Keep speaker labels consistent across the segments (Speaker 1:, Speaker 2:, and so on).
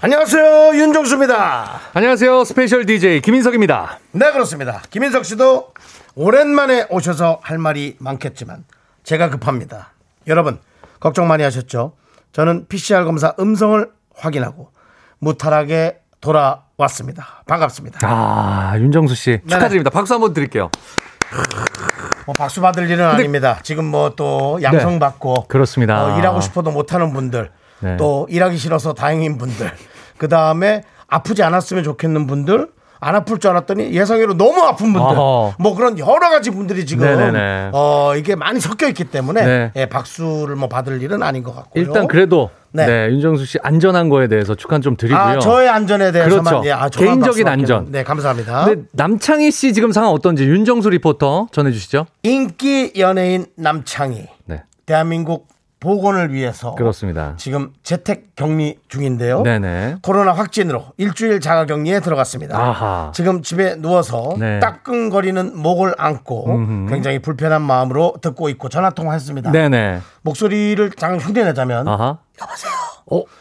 Speaker 1: 안녕하세요 윤종수입니다.
Speaker 2: 안녕하세요. 스페셜 DJ 김인석입니다.
Speaker 1: 네 그렇습니다. 김인석 씨도 오랜만에 오셔서 할 말이 많겠지만 제가 급합니다. 여러분 걱정 많이 하셨죠? 저는 PCR 검사 음성을 확인하고 무탈하게 돌아왔습니다. 반갑습니다.
Speaker 2: 아, 윤정수 씨 축하드립니다. 박수 한번 드릴게요.
Speaker 1: 뭐 박수 받을 일은 아닙니다. 지금 뭐 또 양성
Speaker 2: 네.
Speaker 1: 받고
Speaker 2: 그렇습니다.
Speaker 1: 어, 일하고 싶어도 못하는 분들
Speaker 2: 네.
Speaker 1: 또 일하기 싫어서 다행인 분들 그 다음에 아프지 않았으면 좋겠는 분들 안 아플 줄 알았더니 예상외로 너무 아픈 분들
Speaker 2: 어허.
Speaker 1: 뭐 그런 여러 가지 분들이 지금
Speaker 2: 네네네.
Speaker 1: 어 이게 많이 섞여 있기 때문에
Speaker 2: 네.
Speaker 1: 예, 박수를 뭐 받을 일은 아닌 것 같고요.
Speaker 2: 일단 그래도
Speaker 1: 네.
Speaker 2: 네. 윤정수 씨 안전한 거에 대해서 축하 좀 드리고요.
Speaker 1: 아 저의 안전에 대해서만
Speaker 2: 그렇죠.
Speaker 1: 예, 아, 저만
Speaker 2: 개인적인
Speaker 1: 박수
Speaker 2: 안전.
Speaker 1: 받기는. 네 감사합니다.
Speaker 2: 근데 남창희 씨 지금 상황 어떤지 윤정수 리포터 전해 주시죠.
Speaker 1: 인기 연예인 남창희
Speaker 2: 네.
Speaker 1: 대한민국 보건을 위해서
Speaker 2: 그렇습니다.
Speaker 1: 지금 재택 격리 중인데요.
Speaker 2: 어? 네네.
Speaker 1: 코로나 확진으로 일주일 자가 격리에 들어갔습니다.
Speaker 2: 아하.
Speaker 1: 지금 집에 누워서
Speaker 2: 네.
Speaker 1: 따끔거리는 목을 안고 굉장히 불편한 마음으로 듣고 있고 전화 통화했습니다.
Speaker 2: 네네.
Speaker 1: 목소리를 잠깐 흉내내자면
Speaker 2: 아하. 어? 여보세요.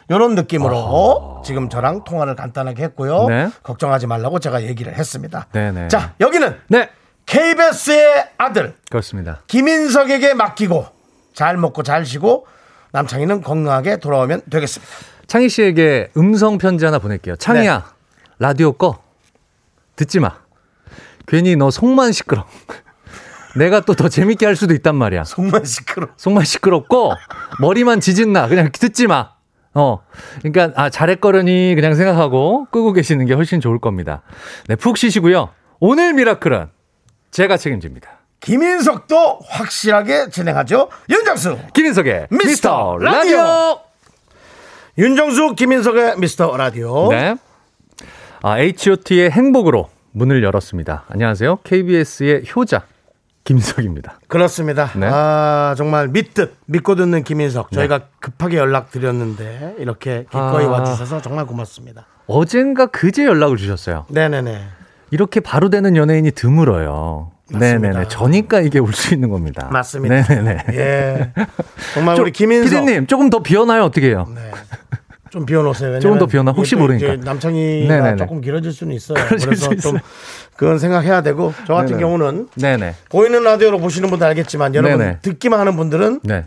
Speaker 1: 이런 느낌으로 지금 저랑 통화를 간단하게 했고요.
Speaker 2: 네.
Speaker 1: 걱정하지 말라고 제가 얘기를 했습니다.
Speaker 2: 네네.
Speaker 1: 자 여기는
Speaker 2: 네.
Speaker 1: KBS의 아들
Speaker 2: 그렇습니다.
Speaker 1: 김인석에게 맡기고 잘 먹고 잘 쉬고 남창희는 건강하게 돌아오면 되겠습니다.
Speaker 2: 창희 씨에게 음성 편지 하나 보낼게요. 창희야,
Speaker 1: 네.
Speaker 2: 라디오 꺼. 듣지 마. 괜히 너 속만 시끄러. 내가 또 더 재밌게 할 수도 있단 말이야.
Speaker 1: 정말 시끄러.
Speaker 2: 속만 시끄럽고 머리만 지진나. 그냥 듣지 마. 어. 그러니까 아 잘했거려니 그냥 생각하고 끄고 계시는 게 훨씬 좋을 겁니다. 네, 푹 쉬시고요. 오늘 미라클은 제가 책임집니다.
Speaker 1: 김인석도 확실하게 진행하죠. 윤정수.
Speaker 2: 김인석의
Speaker 1: 미스터
Speaker 2: 미스터 라디오.
Speaker 1: 윤정수 김인석의 미스터 라디오.
Speaker 2: 네. 아, H.O.T.의 의 행복으로 문을 열었습니다. 안녕하세요. KBS의 효자 김석입니다.
Speaker 1: 그렇습니다.
Speaker 2: 네.
Speaker 1: 아, 정말 믿듯 믿고 듣는 김인석. 저희가 급하게 연락드렸는데 이렇게 기꺼이
Speaker 2: 아.
Speaker 1: 와 주셔서 정말 고맙습니다.
Speaker 2: 어젠가 그제 연락을 주셨어요.
Speaker 1: 네, 네, 네.
Speaker 2: 이렇게 바로 되는 연예인이 드물어요.
Speaker 1: 맞습니다.
Speaker 2: 네네네. 저니까 이게 올 수 있는 겁니다.
Speaker 1: 맞습니다.
Speaker 2: 네네네.
Speaker 1: 예. 정말 우리 김인석
Speaker 2: 피디님 조금 더 비어나요? 어떻게 해요?
Speaker 1: 네. 좀 비워놓으세요.
Speaker 2: 조금 더 비워놔.
Speaker 1: 이게
Speaker 2: 혹시
Speaker 1: 또
Speaker 2: 모르니까.
Speaker 1: 이제 남창이가
Speaker 2: 네네네.
Speaker 1: 조금 길어질 수는 있어요.
Speaker 2: 길어질
Speaker 1: 그래서
Speaker 2: 수
Speaker 1: 좀
Speaker 2: 있어요.
Speaker 1: 그건 생각해야 되고 저 같은
Speaker 2: 네네.
Speaker 1: 경우는
Speaker 2: 네네.
Speaker 1: 보이는 라디오로 보시는 분들 알겠지만 여러분
Speaker 2: 네네.
Speaker 1: 듣기만 하는 분들은
Speaker 2: 네.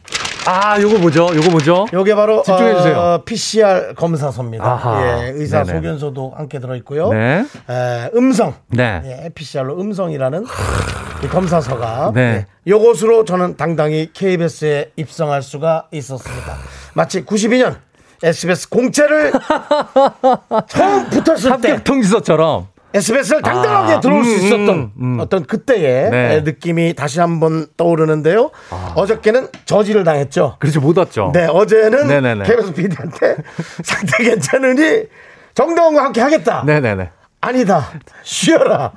Speaker 2: 아, 요거 뭐죠? 요거 뭐죠?
Speaker 1: 요게 바로
Speaker 2: 집중해주세요.
Speaker 1: 어, PCR 검사서입니다.
Speaker 2: 아하.
Speaker 1: 예, 의사
Speaker 2: 네네.
Speaker 1: 소견서도 함께 들어 있고요.
Speaker 2: 네.
Speaker 1: 에, 음성.
Speaker 2: 네.
Speaker 1: 예, PCR로 음성이라는 이 검사서가
Speaker 2: 네.
Speaker 1: 예, 요것으로 저는 당당히 KBS에 입성할 수가 있었습니다. 마치 92년 SBS 공채를 처음 붙었을 때
Speaker 2: 합격 통지서처럼.
Speaker 1: SBS를 당당하게
Speaker 2: 아,
Speaker 1: 들어올 수
Speaker 2: 음,
Speaker 1: 있었던
Speaker 2: 음, 음.
Speaker 1: 어떤 그때의
Speaker 2: 네. 아.
Speaker 1: 느낌이 다시 한번 떠오르는데요. 어저께는 저지를 당했죠.
Speaker 2: 그렇죠. 못 왔죠.
Speaker 1: 네, 어제는
Speaker 2: 네네네.
Speaker 1: KBS PD한테 상태 괜찮으니 정다운과 함께 하겠다.
Speaker 2: 네네네.
Speaker 1: 아니다. 쉬어라.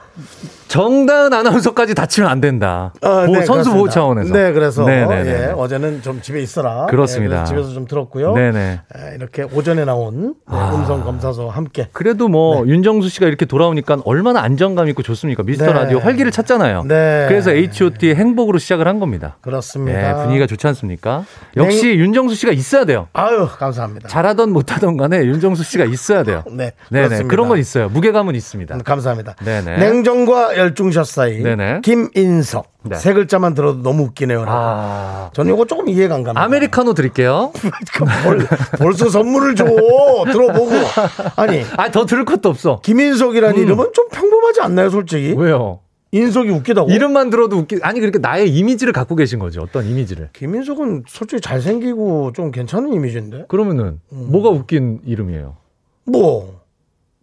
Speaker 2: 정다은 아나운서까지 다치면 안 된다.
Speaker 1: 어,
Speaker 2: 보-
Speaker 1: 네,
Speaker 2: 뭐 선수
Speaker 1: 그렇습니다.
Speaker 2: 보호 차원에서.
Speaker 1: 네, 그래서
Speaker 2: 네네네.
Speaker 1: 예, 어제는 좀 집에 있어라.
Speaker 2: 그렇습니다.
Speaker 1: 예, 그래서 집에서 좀 들었고요.
Speaker 2: 네네. 아.
Speaker 1: 예, 이렇게 오전에 나온 네, 음성 검사서와 함께.
Speaker 2: 그래도 뭐 윤정수 씨가 이렇게 돌아오니까 얼마나 안정감 있고 좋습니까? 미스터
Speaker 1: 네.
Speaker 2: 라디오 활기를 찾잖아요.
Speaker 1: 네.
Speaker 2: 그래서 H.O.T.의 의 행복으로 시작을 한 겁니다.
Speaker 1: 그렇습니다.
Speaker 2: 네, 분위기가 좋지 않습니까? 역시 윤정수 씨가 있어야 돼요.
Speaker 1: 아유, 감사합니다.
Speaker 2: 네. 잘하던 못하던 간에 윤정수 씨가 있어야 돼요.
Speaker 1: 네,
Speaker 2: 네네.
Speaker 1: 그렇습니다. 음.
Speaker 2: 그런 건 있어요. 무게감은 있습니다.
Speaker 1: 감사합니다.
Speaker 2: 네네.
Speaker 1: 냉정과 열중샷 사이
Speaker 2: 네네.
Speaker 1: 김인석
Speaker 2: 네.
Speaker 1: 세 글자만 들어도 너무 웃기네요.
Speaker 2: 아.
Speaker 1: 저는 이거 조금 이해가 안 갑니다.
Speaker 2: 아메리카노 드릴게요.
Speaker 1: 그 벌, 벌써 선물을 줘 들어보고 아니
Speaker 2: 아, 더 들을 것도 없어.
Speaker 1: 김인석이라는 이름은 좀 평범하지 않나요, 솔직히?
Speaker 2: 음. 왜요?
Speaker 1: 인석이 웃기다고?
Speaker 2: 이름만 들어도 웃기, 아니, 그러니까 나의 이미지를 갖고 계신 거죠. 어떤 이미지를.
Speaker 1: 김인석은 솔직히 잘생기고 좀 괜찮은 이미지인데
Speaker 2: 그러면은,
Speaker 1: 음.
Speaker 2: 뭐가 웃긴 이름이에요?
Speaker 1: 뭐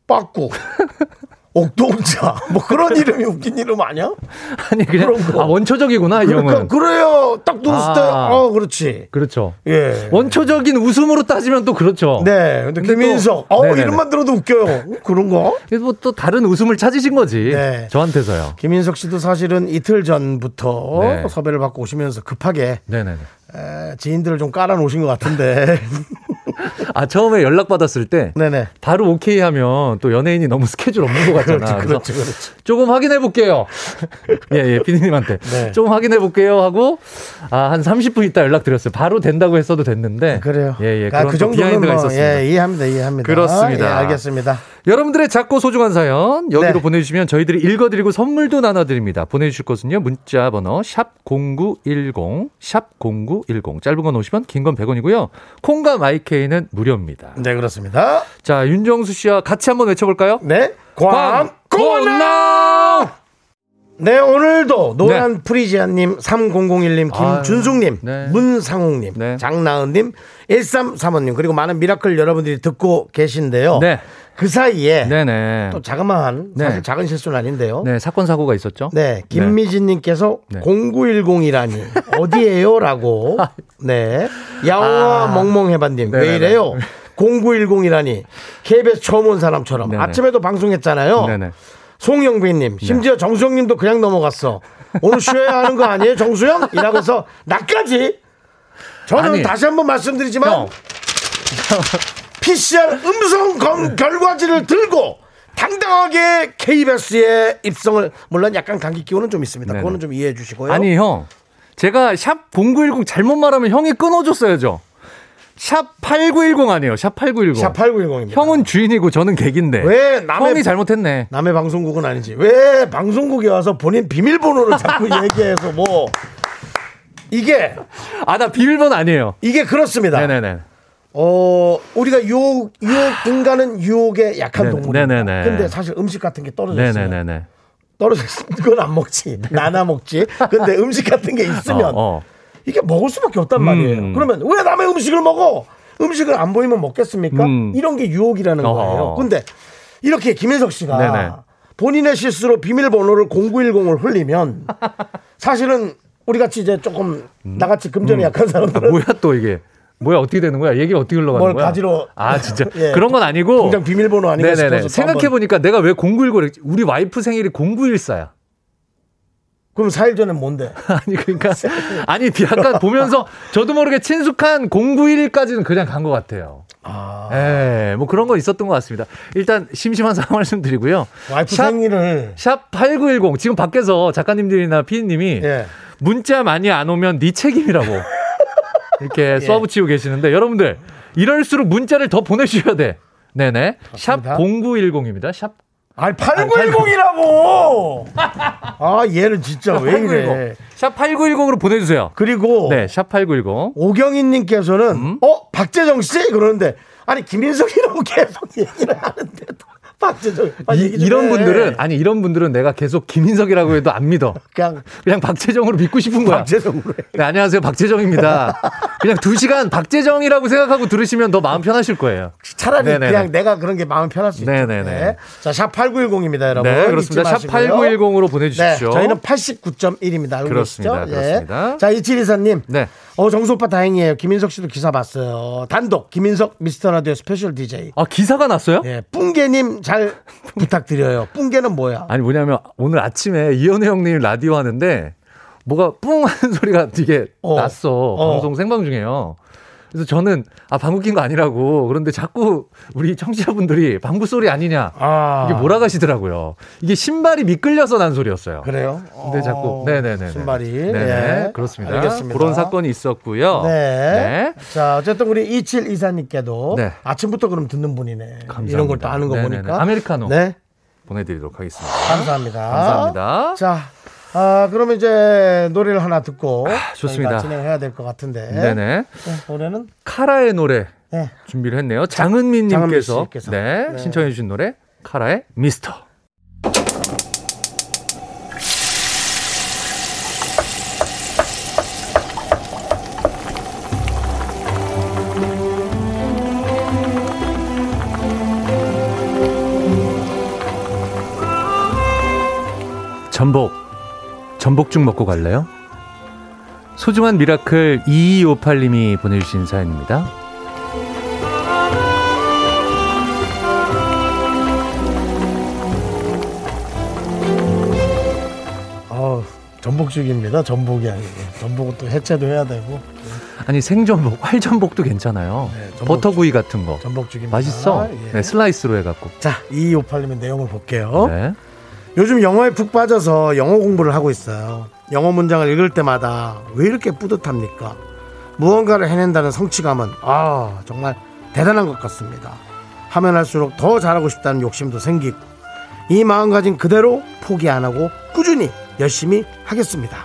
Speaker 1: 빠꾸 옥동자 뭐 그런 이름이 웃긴 이름 아니야?
Speaker 2: 아니, 그냥,
Speaker 1: 그런 거.
Speaker 2: 아, 원초적이구나, 이
Speaker 1: 그러니까
Speaker 2: 형은.
Speaker 1: 그래요 어, 딱 누웠을 때,
Speaker 2: 아.
Speaker 1: 어, 그렇지.
Speaker 2: 그렇죠.
Speaker 1: 예.
Speaker 2: 원초적인 웃음으로 따지면 또 그렇죠.
Speaker 1: 네. 근데,
Speaker 2: 근데
Speaker 1: 김인석.
Speaker 2: 또-
Speaker 1: 어,
Speaker 2: 네네네.
Speaker 1: 이름만 들어도 웃겨요. 그런 거?
Speaker 2: 뭐또 다른 웃음을 찾으신 거지.
Speaker 1: 네.
Speaker 2: 저한테서요.
Speaker 1: 김인석 씨도 사실은 이틀 전부터
Speaker 2: 네.
Speaker 1: 섭외를 받고 오시면서 급하게
Speaker 2: 네네네.
Speaker 1: 에, 지인들을 좀 깔아놓으신 것 같은데.
Speaker 2: 아 처음에 연락 받았을 때
Speaker 1: 네네.
Speaker 2: 바로 오케이 하면 또 연예인이 너무 스케줄 없는 것 같잖아.
Speaker 1: 그렇죠,
Speaker 2: 그렇죠.
Speaker 1: 그렇지, 그렇지,
Speaker 2: 그래서 조금 확인해 볼게요. 예, 예, 피디님한테.
Speaker 1: 네.
Speaker 2: 조금 확인해 볼게요 하고, 아, 한 30분 있다 연락드렸어요. 바로 된다고 했어도 됐는데.
Speaker 1: 그래요.
Speaker 2: 예, 예.
Speaker 1: 아,
Speaker 2: 그런
Speaker 1: 그
Speaker 2: 그
Speaker 1: 정도는
Speaker 2: 비하인드가
Speaker 1: 뭐,
Speaker 2: 있었습니다.
Speaker 1: 예, 이해합니다. 이해합니다.
Speaker 2: 그렇습니다.
Speaker 1: 예, 알겠습니다.
Speaker 2: 여러분들의 작고 소중한 사연 여기로
Speaker 1: 네.
Speaker 2: 보내주시면 저희들이 읽어드리고 선물도 나눠드립니다. 보내주실 것은요. 문자 번호 샵 0910, 샵 0910. 짧은 건 50원, 긴 건 100원이고요. 콩과 마이케이는 무료입니다.
Speaker 1: 네, 그렇습니다.
Speaker 2: 자, 윤정수 씨와 같이 한번 외쳐볼까요?
Speaker 1: 네. 광고나!
Speaker 2: 광고나!
Speaker 1: 네, 오늘도 노란 프리지아님, 3001님, 김준숙님,
Speaker 2: 아유, 네.
Speaker 1: 문상욱님,
Speaker 2: 네.
Speaker 1: 장나은님, 1335님, 그리고 많은 미라클 여러분들이 듣고 계신데요.
Speaker 2: 네.
Speaker 1: 그 사이에
Speaker 2: 네네.
Speaker 1: 또 자그마한,
Speaker 2: 네.
Speaker 1: 사실 작은 실수는 아닌데요. 네.
Speaker 2: 네, 사건 사고가 있었죠.
Speaker 1: 김미진님께서
Speaker 2: 네.
Speaker 1: 0910이라니 어디에요라고 네 야옹아
Speaker 2: 아.
Speaker 1: 멍멍해반님 왜
Speaker 2: 네네네.
Speaker 1: 이래요 0910이라니 KBS 처음 온 사람처럼
Speaker 2: 네네.
Speaker 1: 아침에도 방송했잖아요
Speaker 2: 네네.
Speaker 1: 송영빈님,
Speaker 2: 네.
Speaker 1: 심지어 정수영님도 그냥 넘어갔어. 오늘 쉬어야 하는 거 아니에요, 정수영? 이라고서 나까지. 저는
Speaker 2: 아니.
Speaker 1: 다시 한번 말씀드리지만
Speaker 2: 형.
Speaker 1: PCR 음성
Speaker 2: 네.
Speaker 1: 검 결과지를 들고 당당하게 KBS에 입성을 물론 약간 감기 기운은 좀 있습니다.
Speaker 2: 네네.
Speaker 1: 그거는 좀 이해해 주시고요.
Speaker 2: 아니, 형. 제가 샵 0910 잘못 말하면 형이 끊어줬어야죠. 샵 8910 아니에요. 샵 8910.
Speaker 1: 샵 8910입니다.
Speaker 2: 뭐. 형은 주인이고 저는 객인데.
Speaker 1: 왜 남의-
Speaker 2: 형이 잘못했네.
Speaker 1: 남의 방송국은 아니지. 왜 방송국에 와서 본인 비밀번호를 자꾸 얘기해서 뭐 이게
Speaker 2: 아, 나 비밀번호 아니에요.
Speaker 1: 이게 그렇습니다.
Speaker 2: 네네네.
Speaker 1: 어 우리가 유혹 유혹 인간은 유혹에 약한
Speaker 2: 네네,
Speaker 1: 동물입니다.
Speaker 2: 네네네.
Speaker 1: 근데 사실 음식 같은 게 떨어져 있으면
Speaker 2: 네네네네.
Speaker 1: 떨어져 있으면 그건 안 먹지 나나 먹지. 근데 음식 같은 게 있으면
Speaker 2: 어, 음. 어.
Speaker 1: 이게 먹을 수밖에 없단 말이에요. 그러면 왜 남의 음식을 먹어? 음식을 안 보이면 먹겠습니까?
Speaker 2: 음.
Speaker 1: 이런 게 유혹이라는
Speaker 2: 어허.
Speaker 1: 거예요. 근데 이렇게 김현석 씨가
Speaker 2: 네네.
Speaker 1: 본인의 실수로 비밀번호를 0910을 흘리면 사실은 우리 같이 이제 조금 나같이 금전이 약한
Speaker 2: 음. 아,
Speaker 1: 사람들은
Speaker 2: 뭐야 또 이게. 뭐야 어떻게 되는 거야? 얘기 어떻게 흘러가는
Speaker 1: 뭘
Speaker 2: 거야?
Speaker 1: 가지러-
Speaker 2: 아 진짜
Speaker 1: 예.
Speaker 2: 그런 건 아니고
Speaker 1: 당장 비밀번호 아닌가
Speaker 2: 네네네.
Speaker 1: 싶어서 또
Speaker 2: 생각해보니까 내가 왜 0910 우리 와이프 생일이 0914야
Speaker 1: 그럼 4일 전엔 뭔데?
Speaker 2: 아니 그러니까 아니 약간 보면서 저도 모르게 친숙한 0911까지는 그냥 간 것 같아요.
Speaker 1: 아,
Speaker 2: 예, 뭐 그런 거 있었던 것 같습니다. 일단 심심한 상황 말씀드리고요.
Speaker 1: 와이프
Speaker 2: 샵-
Speaker 1: 생일을
Speaker 2: 샵 8910 지금 밖에서 작가님들이나 피디님이
Speaker 1: 예.
Speaker 2: 문자 많이 안 오면 네 책임이라고
Speaker 1: 예.
Speaker 2: 이렇게 쏴붙이고 계시는데 여러분들 이럴수록 문자를 더 보내주셔야 돼. 네네. 샵
Speaker 1: 맞습니다.
Speaker 2: 0910입니다. 샵
Speaker 1: 아니 8910이라고. 아 얘는 진짜 왜 이래? 어.
Speaker 2: 8910. 샵 8910으로 보내주세요.
Speaker 1: 그리고
Speaker 2: 네, 음? 샵 8910.
Speaker 1: 오경인님께서는 어 박재정 씨 그러는데 아니 김인석이라고 계속 얘기를 하는데 박재정 빨리 얘기 좀
Speaker 2: 이, 런
Speaker 1: 해.
Speaker 2: 분들은 아니 이런 분들은 내가 계속 김인석이라고 해도 안 믿어.
Speaker 1: 그냥
Speaker 2: 그냥 박재정으로 믿고 싶은 거야.
Speaker 1: 박재정으로 해.
Speaker 2: 네, 안녕하세요 박재정입니다. 그냥 두 시간 박재정이라고 생각하고 들으시면 더 마음 편하실 거예요.
Speaker 1: 차라리
Speaker 2: 네네네.
Speaker 1: 그냥 내가 그런 게 마음 편할 수 있죠.
Speaker 2: 네네네.
Speaker 1: 자샵 8910입니다, 여러분.
Speaker 2: 네 그렇습니다. 샵
Speaker 1: 잊지 뭐 마시고요.
Speaker 2: 8910으로 보내주십시오.
Speaker 1: 네, 저희는 89.1입니다. 알고
Speaker 2: 그렇습니다.
Speaker 1: 계시죠? 예.
Speaker 2: 그렇습니다.
Speaker 1: 자, 이칠이사님.
Speaker 2: 네.
Speaker 1: 어, 정수 오빠 다행이에요. 김인석 씨도 기사 봤어요. 단독 김인석 미스터 라디오 스페셜 DJ.
Speaker 2: 아 기사가 났어요?
Speaker 1: 예, 뿡개님 잘 부탁드려요. 뿡개는 뭐야?
Speaker 2: 아니 뭐냐면 오늘 아침에 이현우 형님 라디오 하는데 뭐가 뿡 하는 소리가 되게
Speaker 1: 어.
Speaker 2: 났어
Speaker 1: 어.
Speaker 2: 방송 생방 중에요. 그래서 저는 아 방구 낀 거 아니라고 그런데 자꾸 우리 청취자분들이 방구 소리 아니냐
Speaker 1: 아.
Speaker 2: 이게 몰아가시더라고요. 이게 신발이 미끌려서 난 소리였어요.
Speaker 1: 그래요?
Speaker 2: 근데
Speaker 1: 어,
Speaker 2: 자꾸 네네네
Speaker 1: 신발이.
Speaker 2: 네네
Speaker 1: 예.
Speaker 2: 그렇습니다.
Speaker 1: 알겠습니다.
Speaker 2: 그런 사건이 있었고요.
Speaker 1: 네.
Speaker 2: 네.
Speaker 1: 자, 어쨌든 우리 이칠이사님께도
Speaker 2: 네.
Speaker 1: 아침부터 그럼 듣는 분이네.
Speaker 2: 감사합니다.
Speaker 1: 이런 걸 또 아는 거
Speaker 2: 네네네.
Speaker 1: 보니까.
Speaker 2: 아메리카노.
Speaker 1: 네.
Speaker 2: 보내드리도록 하겠습니다.
Speaker 1: 감사합니다.
Speaker 2: 감사합니다.
Speaker 1: 자, 아, 그러면 이제 노래를 하나 듣고
Speaker 2: 좋습니다.
Speaker 1: 저희가 진행해야 될 것 같은데. 아,
Speaker 2: 네네
Speaker 1: 네, 노래는
Speaker 2: 카라의 노래
Speaker 1: 네.
Speaker 2: 준비를 했네요.
Speaker 1: 장은민
Speaker 2: 장은민님께서
Speaker 1: 씨께서.
Speaker 2: 네,
Speaker 1: 네.
Speaker 2: 신청해 주신 노래 카라의 미스터. 전복 전복죽 먹고 갈래요? 소중한 미라클 2258님이 보내주신 사연입니다.
Speaker 1: 어, 전복죽입니다. 전복이 아니고. 전복은 또 해체도 해야 되고.
Speaker 2: 아니 생전복, 활전복도 괜찮아요.
Speaker 1: 네, 전복죽.
Speaker 2: 버터구이 같은 거.
Speaker 1: 전복죽입니다.
Speaker 2: 맛있어.
Speaker 1: 예.
Speaker 2: 네, 슬라이스로 해갖고.
Speaker 1: 자, 2258님의 내용을 볼게요.
Speaker 2: 네.
Speaker 1: 요즘 영어에 푹 빠져서 영어 공부를 하고 있어요. 영어 문장을 읽을 때마다 왜 이렇게 뿌듯합니까? 무언가를 해낸다는 성취감은 아 정말 대단한 것 같습니다. 하면 할수록 더 잘하고 싶다는 욕심도 생기고 이 마음가짐 그대로 포기 안 하고 꾸준히 열심히 하겠습니다.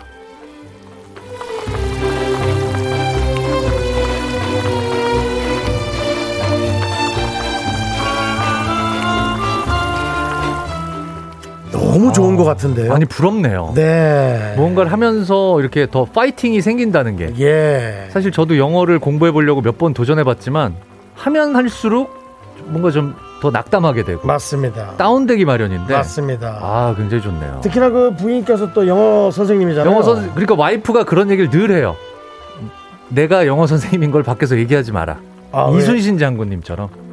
Speaker 1: 너무 좋은 것 같은데요.
Speaker 2: 많이 부럽네요.
Speaker 1: 네.
Speaker 2: 무언가를 하면서 이렇게 더 파이팅이 생긴다는 게
Speaker 1: 예.
Speaker 2: 사실 저도 영어를 공부해 보려고 몇 번 도전해봤지만 하면 할수록 뭔가 좀 더 낙담하게 되고
Speaker 1: 맞습니다.
Speaker 2: 다운되기 마련인데
Speaker 1: 맞습니다.
Speaker 2: 네. 아 굉장히 좋네요.
Speaker 1: 특히나 그 부인께서 또 영어 선생님이잖아요.
Speaker 2: 영어 선 그러니까 와이프가 그런 얘기를 늘 해요. 내가 영어 선생님인 걸 밖에서 얘기하지 마라.
Speaker 1: 아, 왜?
Speaker 2: 이순신 장군님처럼.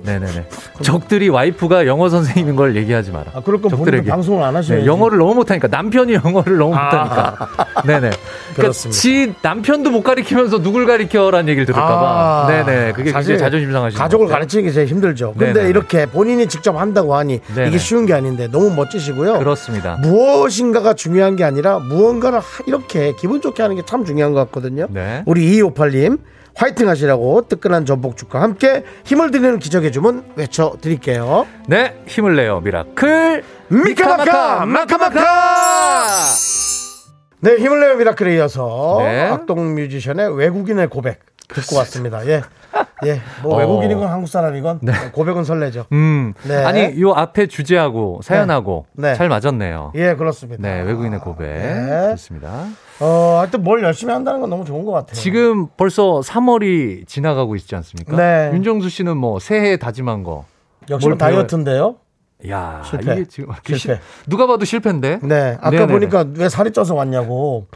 Speaker 2: 네네네. 적들이 와이프가 영어 선생님인 걸 얘기하지 마라.
Speaker 1: 아, 그럴 건 본인도 방송을 안 하셔야지. 아.
Speaker 2: 네, 영어를 너무 못하니까 남편이 영어를 너무 못하니까. 네네. 그러니까
Speaker 1: 그렇습니다.
Speaker 2: 지 남편도 못 가리키면서 누굴 가리켜라는 얘기를 들을까봐.
Speaker 1: 아,
Speaker 2: 네네. 그게
Speaker 1: 사실
Speaker 2: 굉장히 자존심 상하시는
Speaker 1: 가족을
Speaker 2: 것 같아요.
Speaker 1: 가르치기 제일 힘들죠. 근데
Speaker 2: 네네네.
Speaker 1: 이렇게 본인이 직접 한다고 하니
Speaker 2: 네네.
Speaker 1: 이게 쉬운 게 아닌데 너무 멋지시고요.
Speaker 2: 그렇습니다.
Speaker 1: 무엇인가가 중요한 게 아니라 무언가를 하- 이렇게 기분 좋게 하는 게 참 중요한 것 같거든요.
Speaker 2: 네.
Speaker 1: 우리 2258님 화이팅 하시라고 뜨끈한 전복죽과 함께 힘을 드리는 기적의 주문 외쳐드릴게요.
Speaker 2: 네. 힘을 내요. 미라클.
Speaker 1: 미카마카, 마카마카! 네, 힘을 내요 미라클에 이어서
Speaker 2: 네.
Speaker 1: 악동 뮤지션의 외국인의 고백 듣고 왔습니다. 예. 예. 뭐
Speaker 2: 어. 네.
Speaker 1: 외국인이건 한국 사람이건 고백은 설레죠.
Speaker 2: 음.
Speaker 1: 네.
Speaker 2: 아니, 요 앞에 주제하고 사연하고
Speaker 1: 네. 네.
Speaker 2: 잘 맞았네요.
Speaker 1: 예, 그렇습니다.
Speaker 2: 네, 외국인의 고백.
Speaker 1: 네.
Speaker 2: 좋습니다.
Speaker 1: 어, 하여튼 뭘 열심히 한다는 건 너무 좋은 것 같아요.
Speaker 2: 지금 벌써 3월이 지나가고 있지 않습니까?
Speaker 1: 네.
Speaker 2: 윤정수 씨는 뭐 새해 다짐한 거.
Speaker 1: 역시 뭐
Speaker 2: 뭘 배워요?
Speaker 1: 다이어트인데요.
Speaker 2: 야,
Speaker 1: 실패.
Speaker 2: 이게 지금
Speaker 1: 실패.
Speaker 2: 누가 봐도 실패인데.
Speaker 1: 네. 아까
Speaker 2: 네네네.
Speaker 1: 보니까 왜 살이 쪄서 왔냐고.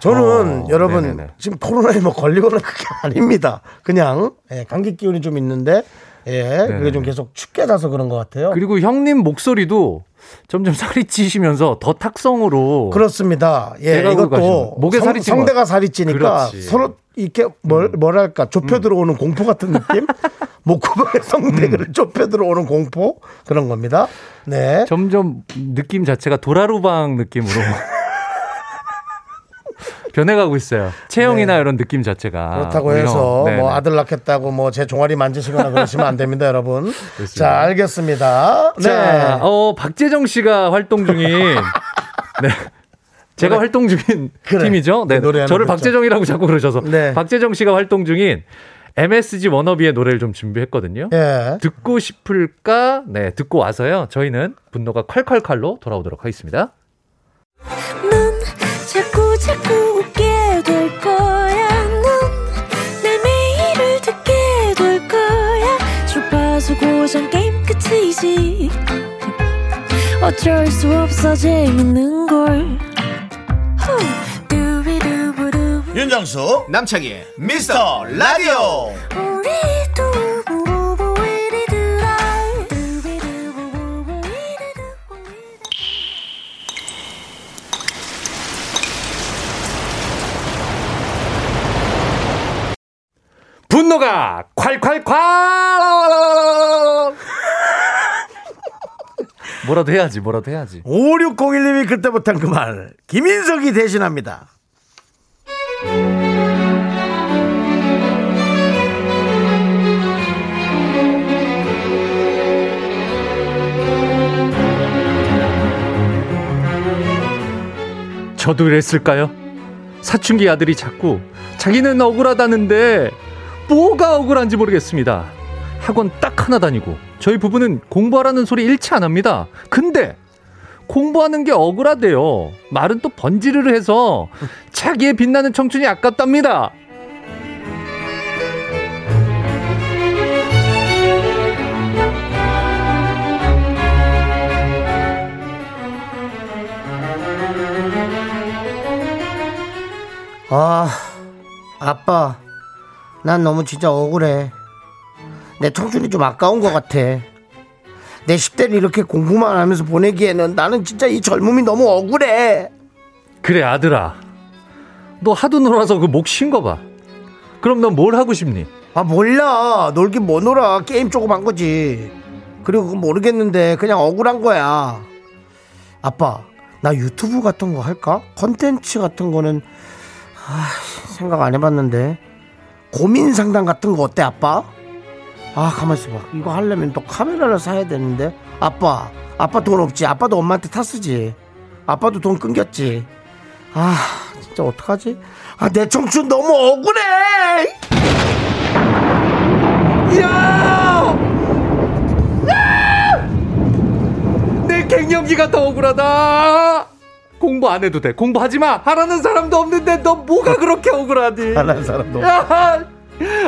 Speaker 1: 저는
Speaker 2: 어,
Speaker 1: 여러분
Speaker 2: 네네네.
Speaker 1: 지금 코로나에 뭐 걸리거나 그게 아닙니다. 그냥 예, 감기 기운이 좀 있는데 예,
Speaker 2: 네,
Speaker 1: 그게 좀 계속 춥게 자서 그런 것 같아요.
Speaker 2: 그리고 형님 목소리도 점점 살이 찌시면서 더 탁성으로
Speaker 1: 그렇습니다. 예,
Speaker 2: 뭐. 배가
Speaker 1: 이것도
Speaker 2: 굵어지는- 목에 살이 찐
Speaker 1: 성, 대가
Speaker 2: 거야.
Speaker 1: 살이 찌니까
Speaker 2: 그렇지. 음.
Speaker 1: 서로 이렇게 뭘, 뭐랄까 좁혀 들어오는 공포 같은 느낌? 뭐 목구멍에 성대를
Speaker 2: 음.
Speaker 1: 좁혀 들어오는 공포 그런 겁니다. 네.
Speaker 2: 점점 느낌 자체가 도라루방 느낌으로 변해가고 있어요. 체형이나 이런 느낌 자체가
Speaker 1: 네. 그렇다고
Speaker 2: 우리
Speaker 1: 해서
Speaker 2: 형. 아, 네,
Speaker 1: 뭐
Speaker 2: 네.
Speaker 1: 아들 낳겠다고 뭐 제 종아리 만지시거나 그러시면 안 됩니다, 여러분.
Speaker 2: 그렇습니다.
Speaker 1: 자, 알겠습니다. 네.
Speaker 2: 자, 어, 박재정 씨가 활동 중인. 네. 제가 활동 중인
Speaker 1: 그래.
Speaker 2: 팀이죠. 네.
Speaker 1: 그 노래하는
Speaker 2: 저를
Speaker 1: 거죠.
Speaker 2: 박재정이라고 자꾸 그러셔서.
Speaker 1: 네.
Speaker 2: 박재정 씨가 활동 중인 MSG 워너비의 노래를 좀 준비했거든요.
Speaker 1: 예.
Speaker 2: 듣고 싶을까? 네, 듣고 와서요. 저희는 분노가 칼칼칼로 돌아오도록 하겠습니다.
Speaker 3: 넌 자꾸 자꾸 웃게 될 거야. 넌내 매일을 듣게 될 거야. 주파수 고정 게임 끝이지. 어쩔 수 없어 재밌는 걸. 후. 두비두부두.
Speaker 4: 윤정수 남창희의 미스터 라디오
Speaker 3: 우리 두부부부 우리 두라. 두비두부부부 우리 두부부.
Speaker 2: 분노가 콸콸콸! 뭐라도 해야지, 뭐라도 해야지.
Speaker 1: 5601님이 그때 못한 그 말. 김인석이 대신합니다.
Speaker 2: 저도 이랬을까요? 사춘기 아들이 자꾸 자기는 억울하다는데 뭐가 억울한지 모르겠습니다. 학원 딱 하나 다니고 저희 부부는 공부하라는 소리 일치 안 합니다. 근데 공부하는 게 억울하대요. 말은 또 번지르르 해서 자기의 빛나는 청춘이 아깝답니다.
Speaker 1: 아, 아빠, 난 너무 진짜 억울해. 내 청춘이 좀 아까운 것 같아. 내 10대를 이렇게 공부만 하면서 보내기에는 나는 진짜 이 젊음이 너무 억울해.
Speaker 2: 그래 아들아 너 하도 놀아서 그 목 쉰 거 봐 그럼 넌 뭘 하고 싶니
Speaker 1: 아, 몰라. 놀긴 뭐 놀아. 게임 조금 한 거지. 그리고 그건 모르겠는데 그냥 억울한 거야. 아빠, 나 유튜브 같은 거 할까? 컨텐츠 같은 거는, 아, 생각 안 해봤는데. 고민 상담 같은 거 어때, 아빠? 아, 가만 있어봐. 이거 하려면 또 카메라를 사야 되는데. 아빠, 아빠 돈 없지. 아빠도 엄마한테 탔으지. 아빠도 돈 끊겼지. 아, 진짜 어떡하지? 아, 내 청춘 너무 억울해! 야!
Speaker 2: 내 갱년기가 더 억울하다 공부 안 해도 돼 공부하지 마 하라는 사람도 없는데 너 뭐가 그렇게 억울하니
Speaker 1: 하는 사람도 없-
Speaker 2: 야,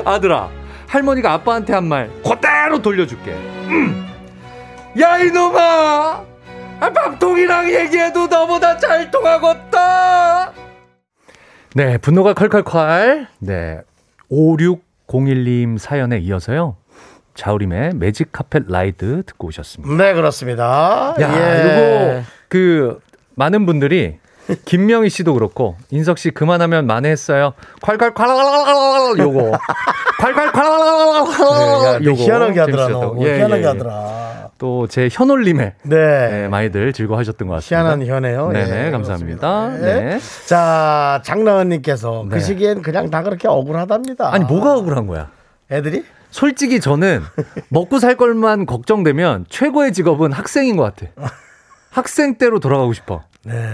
Speaker 2: 아들아 할머니가 아빠한테 한 말 그대로 돌려줄게 음. 야 이놈아 아, 밥통이랑 얘기해도 너보다 잘 통하겠다 네 분노가 칼칼칼 네 5601님 사연에 이어서요 자우림의 매직 카펫 라이드 듣고 오셨습니다
Speaker 1: 네 그렇습니다.
Speaker 2: 야,
Speaker 1: 예.
Speaker 2: 이거 그 많은 분들이 김명희 씨도 그렇고 인석 씨 그만하면 만회했어요. 콸콸콸 요거.
Speaker 1: 네, 야,
Speaker 2: 콸콸콸
Speaker 1: 이거 희한한 게 하더라. 너.
Speaker 2: 재밌었다고. 예,
Speaker 1: 희한한
Speaker 2: 예,
Speaker 1: 게
Speaker 2: 예.
Speaker 1: 하더라.
Speaker 2: 또제 현올림에
Speaker 1: 네.
Speaker 2: 네, 많이들 즐거워하셨던 것 같습니다.
Speaker 1: 희한한 현해요.
Speaker 2: 네,
Speaker 1: 예,
Speaker 2: 네, 감사합니다. 네.
Speaker 1: 자, 장나은님께서 그
Speaker 2: 네.
Speaker 1: 시기엔 그냥 다 그렇게 억울하답니다.
Speaker 2: 아니 뭐가 억울한 거야?
Speaker 1: 애들이?
Speaker 2: 솔직히 저는 먹고 살 것만 걱정되면 최고의 직업은 학생인 것 같아. 학생 때로 돌아가고 싶어.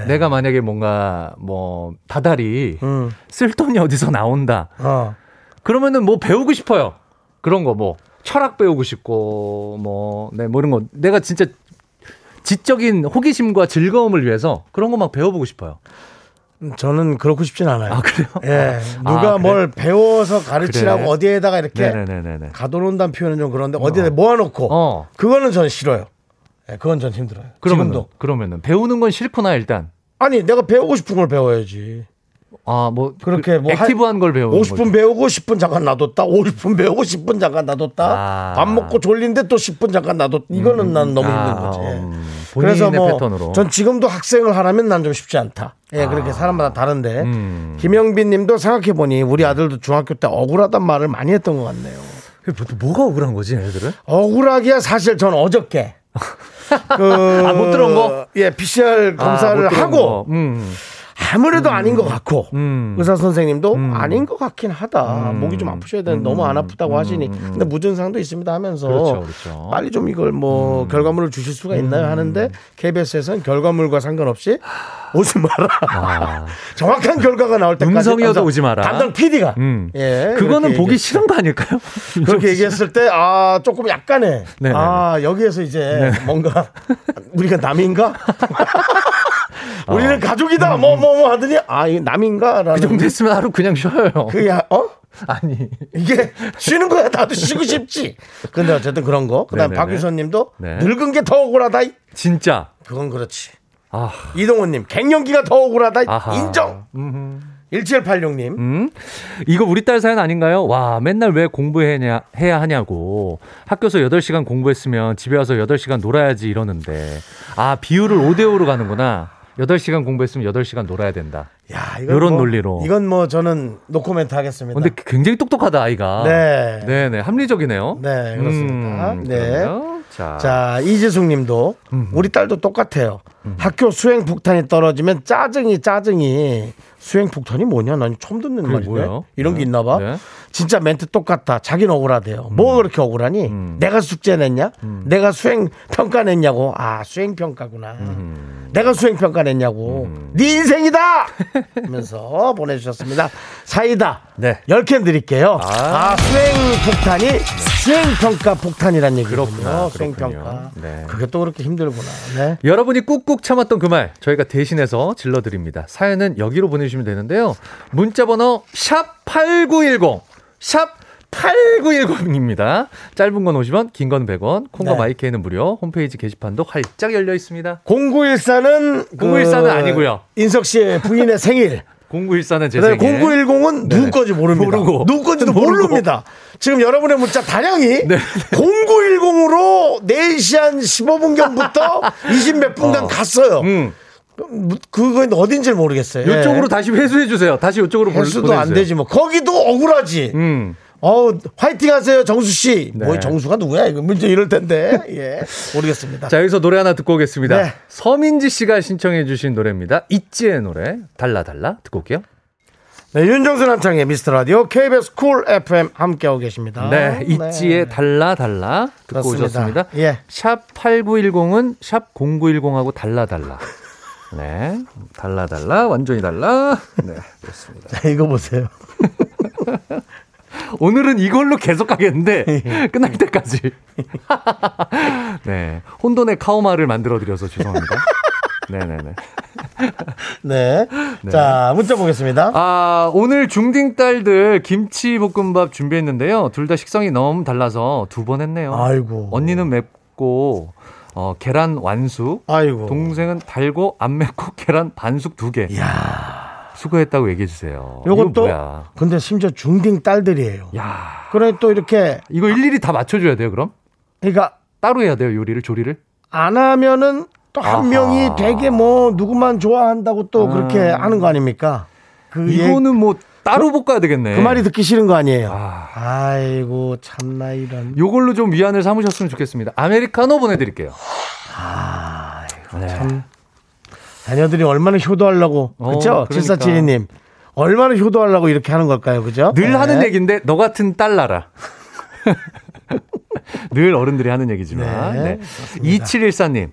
Speaker 2: 내가 만약에 뭔가 뭐 다달이
Speaker 1: 네. 음.
Speaker 2: 쓸 돈이 어디서 나온다.
Speaker 1: 어.
Speaker 2: 그러면은 뭐 배우고 싶어요. 그런 거 뭐 철학 배우고 싶고 뭐, 네, 뭐 이런 거. 내가 진짜 지적인 호기심과 즐거움을 위해서 그런 거 막 배워보고 싶어요.
Speaker 1: 음, 저는 그렇고 싶진 않아요.
Speaker 2: 아, 그래요?
Speaker 1: 예.
Speaker 2: 아,
Speaker 1: 누가
Speaker 2: 그래?
Speaker 1: 뭘 배워서 가르치라고
Speaker 2: 그래.
Speaker 1: 어디에다가 이렇게
Speaker 2: 네네네네.
Speaker 1: 가둬놓는다는 표현은 좀 그런데 어디에 모아놓고
Speaker 2: 어.
Speaker 1: 그거는 전 싫어요. 예, 그건 전 힘들어요.
Speaker 2: 그러면은,
Speaker 1: 지금도.
Speaker 2: 그러면은 배우는 건 싫구나 일단.
Speaker 1: 아니, 내가 배우고 싶은 걸 배워야지.
Speaker 2: 아, 뭐
Speaker 1: 그렇게 뭐
Speaker 2: 액티브한 걸 배우는
Speaker 1: 50분
Speaker 2: 거죠.
Speaker 1: 배우고 10분 잠깐 놔뒀다. 50분 배우고 10분 잠깐 놔뒀다.
Speaker 2: 아.
Speaker 1: 밥 먹고 졸린데 또 10분 잠깐 놔뒀다. 이거는 난 너무
Speaker 2: 아,
Speaker 1: 힘든 거지. 예.
Speaker 2: 음, 본인의
Speaker 1: 그래서 뭐
Speaker 2: 패턴으로. 아.
Speaker 1: 전 지금도 학생을 하라면 난 좀 쉽지 않다. 예, 그렇게 사람마다 다른데.
Speaker 2: 음.
Speaker 1: 김영빈 님도 생각해 보니 우리 아들도 중학교 때 억울하단 말을 많이 했던 것 같네요.
Speaker 2: 뭐가 억울한 거지, 애들은?
Speaker 1: 억울하기야 사실 전 어저께
Speaker 2: 아, 못 들어온 거? 아,
Speaker 1: 예, PCR 검사를 하고
Speaker 2: 뭐 음.
Speaker 1: 아무래도 아닌 것 같고
Speaker 2: 음. 음.
Speaker 1: 의사 선생님도 아닌 것 같긴 하다. 목이 좀 아프셔야 되는데 너무 안 아프다고 하시니 근데 무증상도 있습니다 하면서
Speaker 2: 그렇죠, 그렇죠. 음.
Speaker 1: 빨리 좀 이걸 뭐 결과물을 주실 수가 있나요 하는데 KBS에서는 결과물과 상관없이 오지 마라. 정확한 결과가 나올 때까지
Speaker 2: 아. 음성이어도
Speaker 1: 담당-
Speaker 2: 오지 마라.
Speaker 1: 담당 PD가
Speaker 2: 음.
Speaker 1: 예,
Speaker 2: 그거는
Speaker 1: 그렇게
Speaker 2: 보기
Speaker 1: 얘기했-
Speaker 2: 싫은 거 아닐까요?
Speaker 1: 그렇게 얘기했을 때, 아, 조금 약간의,
Speaker 2: 네네네. 네.
Speaker 1: 아, 여기에서 이제 뭔가, 우리가 남인가? 우리는 가족이다! 뭐, 뭐, 뭐 하더니, 아, 이 남인가? 라는.
Speaker 2: 어. 음. 그 정도 했으면 하루 그냥 쉬어요.
Speaker 1: 그 야, 어?
Speaker 2: 아니.
Speaker 1: 이게 쉬는 거야. 나도 쉬고 싶지. 근데 어쨌든 그런 거. 그 다음
Speaker 2: 네네네.
Speaker 1: 박유선 님도
Speaker 2: 네.
Speaker 1: 늙은 게 더 억울하다. 이.
Speaker 2: 진짜.
Speaker 1: 그건 그렇지.
Speaker 2: 아.
Speaker 1: 이동훈 님, 갱년기가 더 억울하다. 이.
Speaker 2: 아하.
Speaker 1: 인정! 1786 님.
Speaker 2: 음? 이거 우리 딸 사연 아닌가요? 와, 맨날 왜 공부해야 해야 하냐고. 학교에서 8시간 공부했으면 집에 와서 8시간 놀아야지 이러는데. 아, 비율을 5대 5로 가는구나. 8시간 공부했으면 8시간 놀아야 된다.
Speaker 1: 야, 이건
Speaker 2: 요런
Speaker 1: 뭐-
Speaker 2: 논리로.
Speaker 1: 이건 뭐 저는 노코멘트 하겠습니다.
Speaker 2: 어, 근데 굉장히 똑똑하다 아이가.
Speaker 1: 네.
Speaker 2: 네, 네. 합리적이네요.
Speaker 1: 네, 그렇습니다. 네.
Speaker 2: 음, 그러네요. 음. 자.
Speaker 1: 자, 이지숙 님도 우리 딸도 똑같아요.
Speaker 2: 음.
Speaker 1: 학교 수행 폭탄이 떨어지면 짜증이 짜증이 수행 폭탄이 뭐냐? 난 처음 듣는
Speaker 2: 그게
Speaker 1: 말인데.
Speaker 2: 뭐예요?
Speaker 1: 이런
Speaker 2: 네.
Speaker 1: 게 있나 봐.
Speaker 2: 네. 음.
Speaker 1: 진짜 멘트 똑같다. 자기는 억울하대요. 뭐가 그렇게 억울하니? 내가 숙제 냈냐? 내가 수행 평가 냈냐고. 아, 수행 평가구나.
Speaker 2: 음.
Speaker 1: 내가 수행 평가 냈냐고. 네 인생이다! 하면서 보내 주셨습니다. 사이다.
Speaker 2: 네.
Speaker 1: 10캔 드릴게요. 아, 수행 폭탄이 수행 평가 폭탄이란 얘기군요.
Speaker 2: 그렇구나,
Speaker 1: 수행
Speaker 2: 그렇군요.
Speaker 1: 평가.
Speaker 2: 네.
Speaker 1: 그게 또 그렇게 힘들구나. 네.
Speaker 2: 여러분이 꾹꾹 참았던 그 말 저희가 대신해서 질러드립니다. 사연은 여기로 보내주시면 되는데요. 문자번호 샵 8910, 샵 8910입니다. 짧은 건 50원, 긴 건 100원, 콩과
Speaker 1: 네.
Speaker 2: 마이크에는 무료, 홈페이지 게시판도 활짝 열려 있습니다.
Speaker 1: 0914는
Speaker 2: 0914는 아니고요.
Speaker 1: 인석 씨의 부인의 생일.
Speaker 2: 0914는 제
Speaker 1: 그다음에
Speaker 2: 생에
Speaker 1: 0910은
Speaker 2: 네.
Speaker 1: 누구 건지 모릅니다.
Speaker 2: 모르고.
Speaker 1: 누구 건지도
Speaker 2: 모르고.
Speaker 1: 모릅니다. 지금 여러분의 문자 다량이
Speaker 2: 네.
Speaker 1: 0910으로 4시 한 15분경부터 20 몇 분간 갔어요.
Speaker 2: 음.
Speaker 1: 그건 어딘지 모르겠어요. 예.
Speaker 2: 이쪽으로 다시 회수해 주세요. 다시 이쪽으로
Speaker 1: 할
Speaker 2: 볼-
Speaker 1: 수도 안
Speaker 2: 보내주세요.
Speaker 1: 되지 뭐. 거기도 억울하지.
Speaker 2: 음.
Speaker 1: 어우, 화이팅 하세요, 정수 씨.
Speaker 2: 네.
Speaker 1: 뭐, 정수가 누구야? 이거 문제 이럴 텐데. 예. 모르겠습니다.
Speaker 2: 자, 여기서 노래 하나 듣고 오겠습니다.
Speaker 1: 네.
Speaker 2: 서민지 씨가 신청해 주신 노래입니다. 있지의 노래 달라 달라 듣고 올게요.
Speaker 1: 네, 윤정수 남창의 미스터 라디오 KBS 쿨 FM 함께하고 계십니다.
Speaker 2: 네, 있지의 달라 달라 듣고
Speaker 1: 아, 그렇습니다.
Speaker 2: 오셨습니다.
Speaker 1: 예.
Speaker 2: 샵 8910은 샵 0910하고 달라 달라. 네. 달라 달라 완전히 달라. 네.
Speaker 1: 자, 읽어보세요.
Speaker 2: 오늘은 이걸로 계속
Speaker 1: 예.
Speaker 2: 가겠는데 끝날 때까지. 네. 혼돈의 카오마를 만들어 드려서 죄송합니다. 네, 네, 네.
Speaker 1: 네. 자, 문자 보겠습니다.
Speaker 2: 아, 오늘 중딩 딸들 김치 볶음밥 준비했는데요. 둘 다 식성이 너무 달라서 두 번 했네요.
Speaker 1: 아이고.
Speaker 2: 언니는 맵고 어, 계란 완숙.
Speaker 1: 아, 이고
Speaker 2: 어. 동생은 달고 안 맵고 계란 반숙 두 개.
Speaker 1: 야
Speaker 2: 수고했다고 얘기해 주세요. 이거
Speaker 1: 요것도,
Speaker 2: 뭐야?
Speaker 1: 근데 심지어 중딩 딸들이에요.
Speaker 2: 야.
Speaker 1: 그래, 또 이렇게,
Speaker 2: 이거 일일이 다 맞춰 줘야 돼요, 그럼?
Speaker 1: 그러니까,
Speaker 2: 따로 해야 돼요, 요리를 조리를?
Speaker 1: 안 하면은 또 한
Speaker 2: 아하.
Speaker 1: 명이 되게 뭐, 누구만 좋아한다고 또 그렇게
Speaker 2: 음.
Speaker 1: 하는 거 아닙니까? 그 얘-
Speaker 2: 이거는 뭐 따로 볶아야 되겠네.
Speaker 1: 그 말이 듣기 싫은 거 아니에요.
Speaker 2: 아.
Speaker 1: 아. 이고 참나 이런.
Speaker 2: 요걸로 좀 위안을 삼으셨으면 좋겠습니다. 아메리카노 보내 드릴게요. 네.
Speaker 1: 자녀들이 얼마나 효도하려고
Speaker 2: 어,
Speaker 1: 그렇죠?
Speaker 2: 그러니까.
Speaker 1: 칠사칠이님 얼마나 효도하려고 이렇게 하는 걸까요, 그죠?
Speaker 2: 늘
Speaker 1: 네.
Speaker 2: 하는 얘기인데 너 같은 딸나라. 늘 어른들이 하는 얘기지만.
Speaker 1: 네,
Speaker 2: 네. 2714님.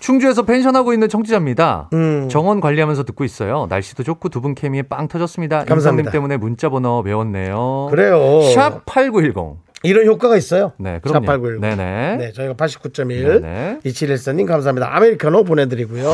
Speaker 2: 충주에서 펜션하고 있는 청취자입니다.
Speaker 1: 음.
Speaker 2: 정원 관리하면서 듣고 있어요. 날씨도 좋고 두 분 케미에 빵 터졌습니다.
Speaker 1: 감사합니다.
Speaker 2: 임성님 때문에 문자 번호 외웠네요.
Speaker 1: 그래요.
Speaker 2: 샵 8910.
Speaker 1: 이런 효과가 있어요.
Speaker 2: 네,
Speaker 1: 샵
Speaker 2: 그럼요.
Speaker 1: 8910.
Speaker 2: 네네.
Speaker 1: 네, 저희가 89.1
Speaker 2: 네네.
Speaker 1: 2714님 감사합니다. 아메리카노 보내드리고요.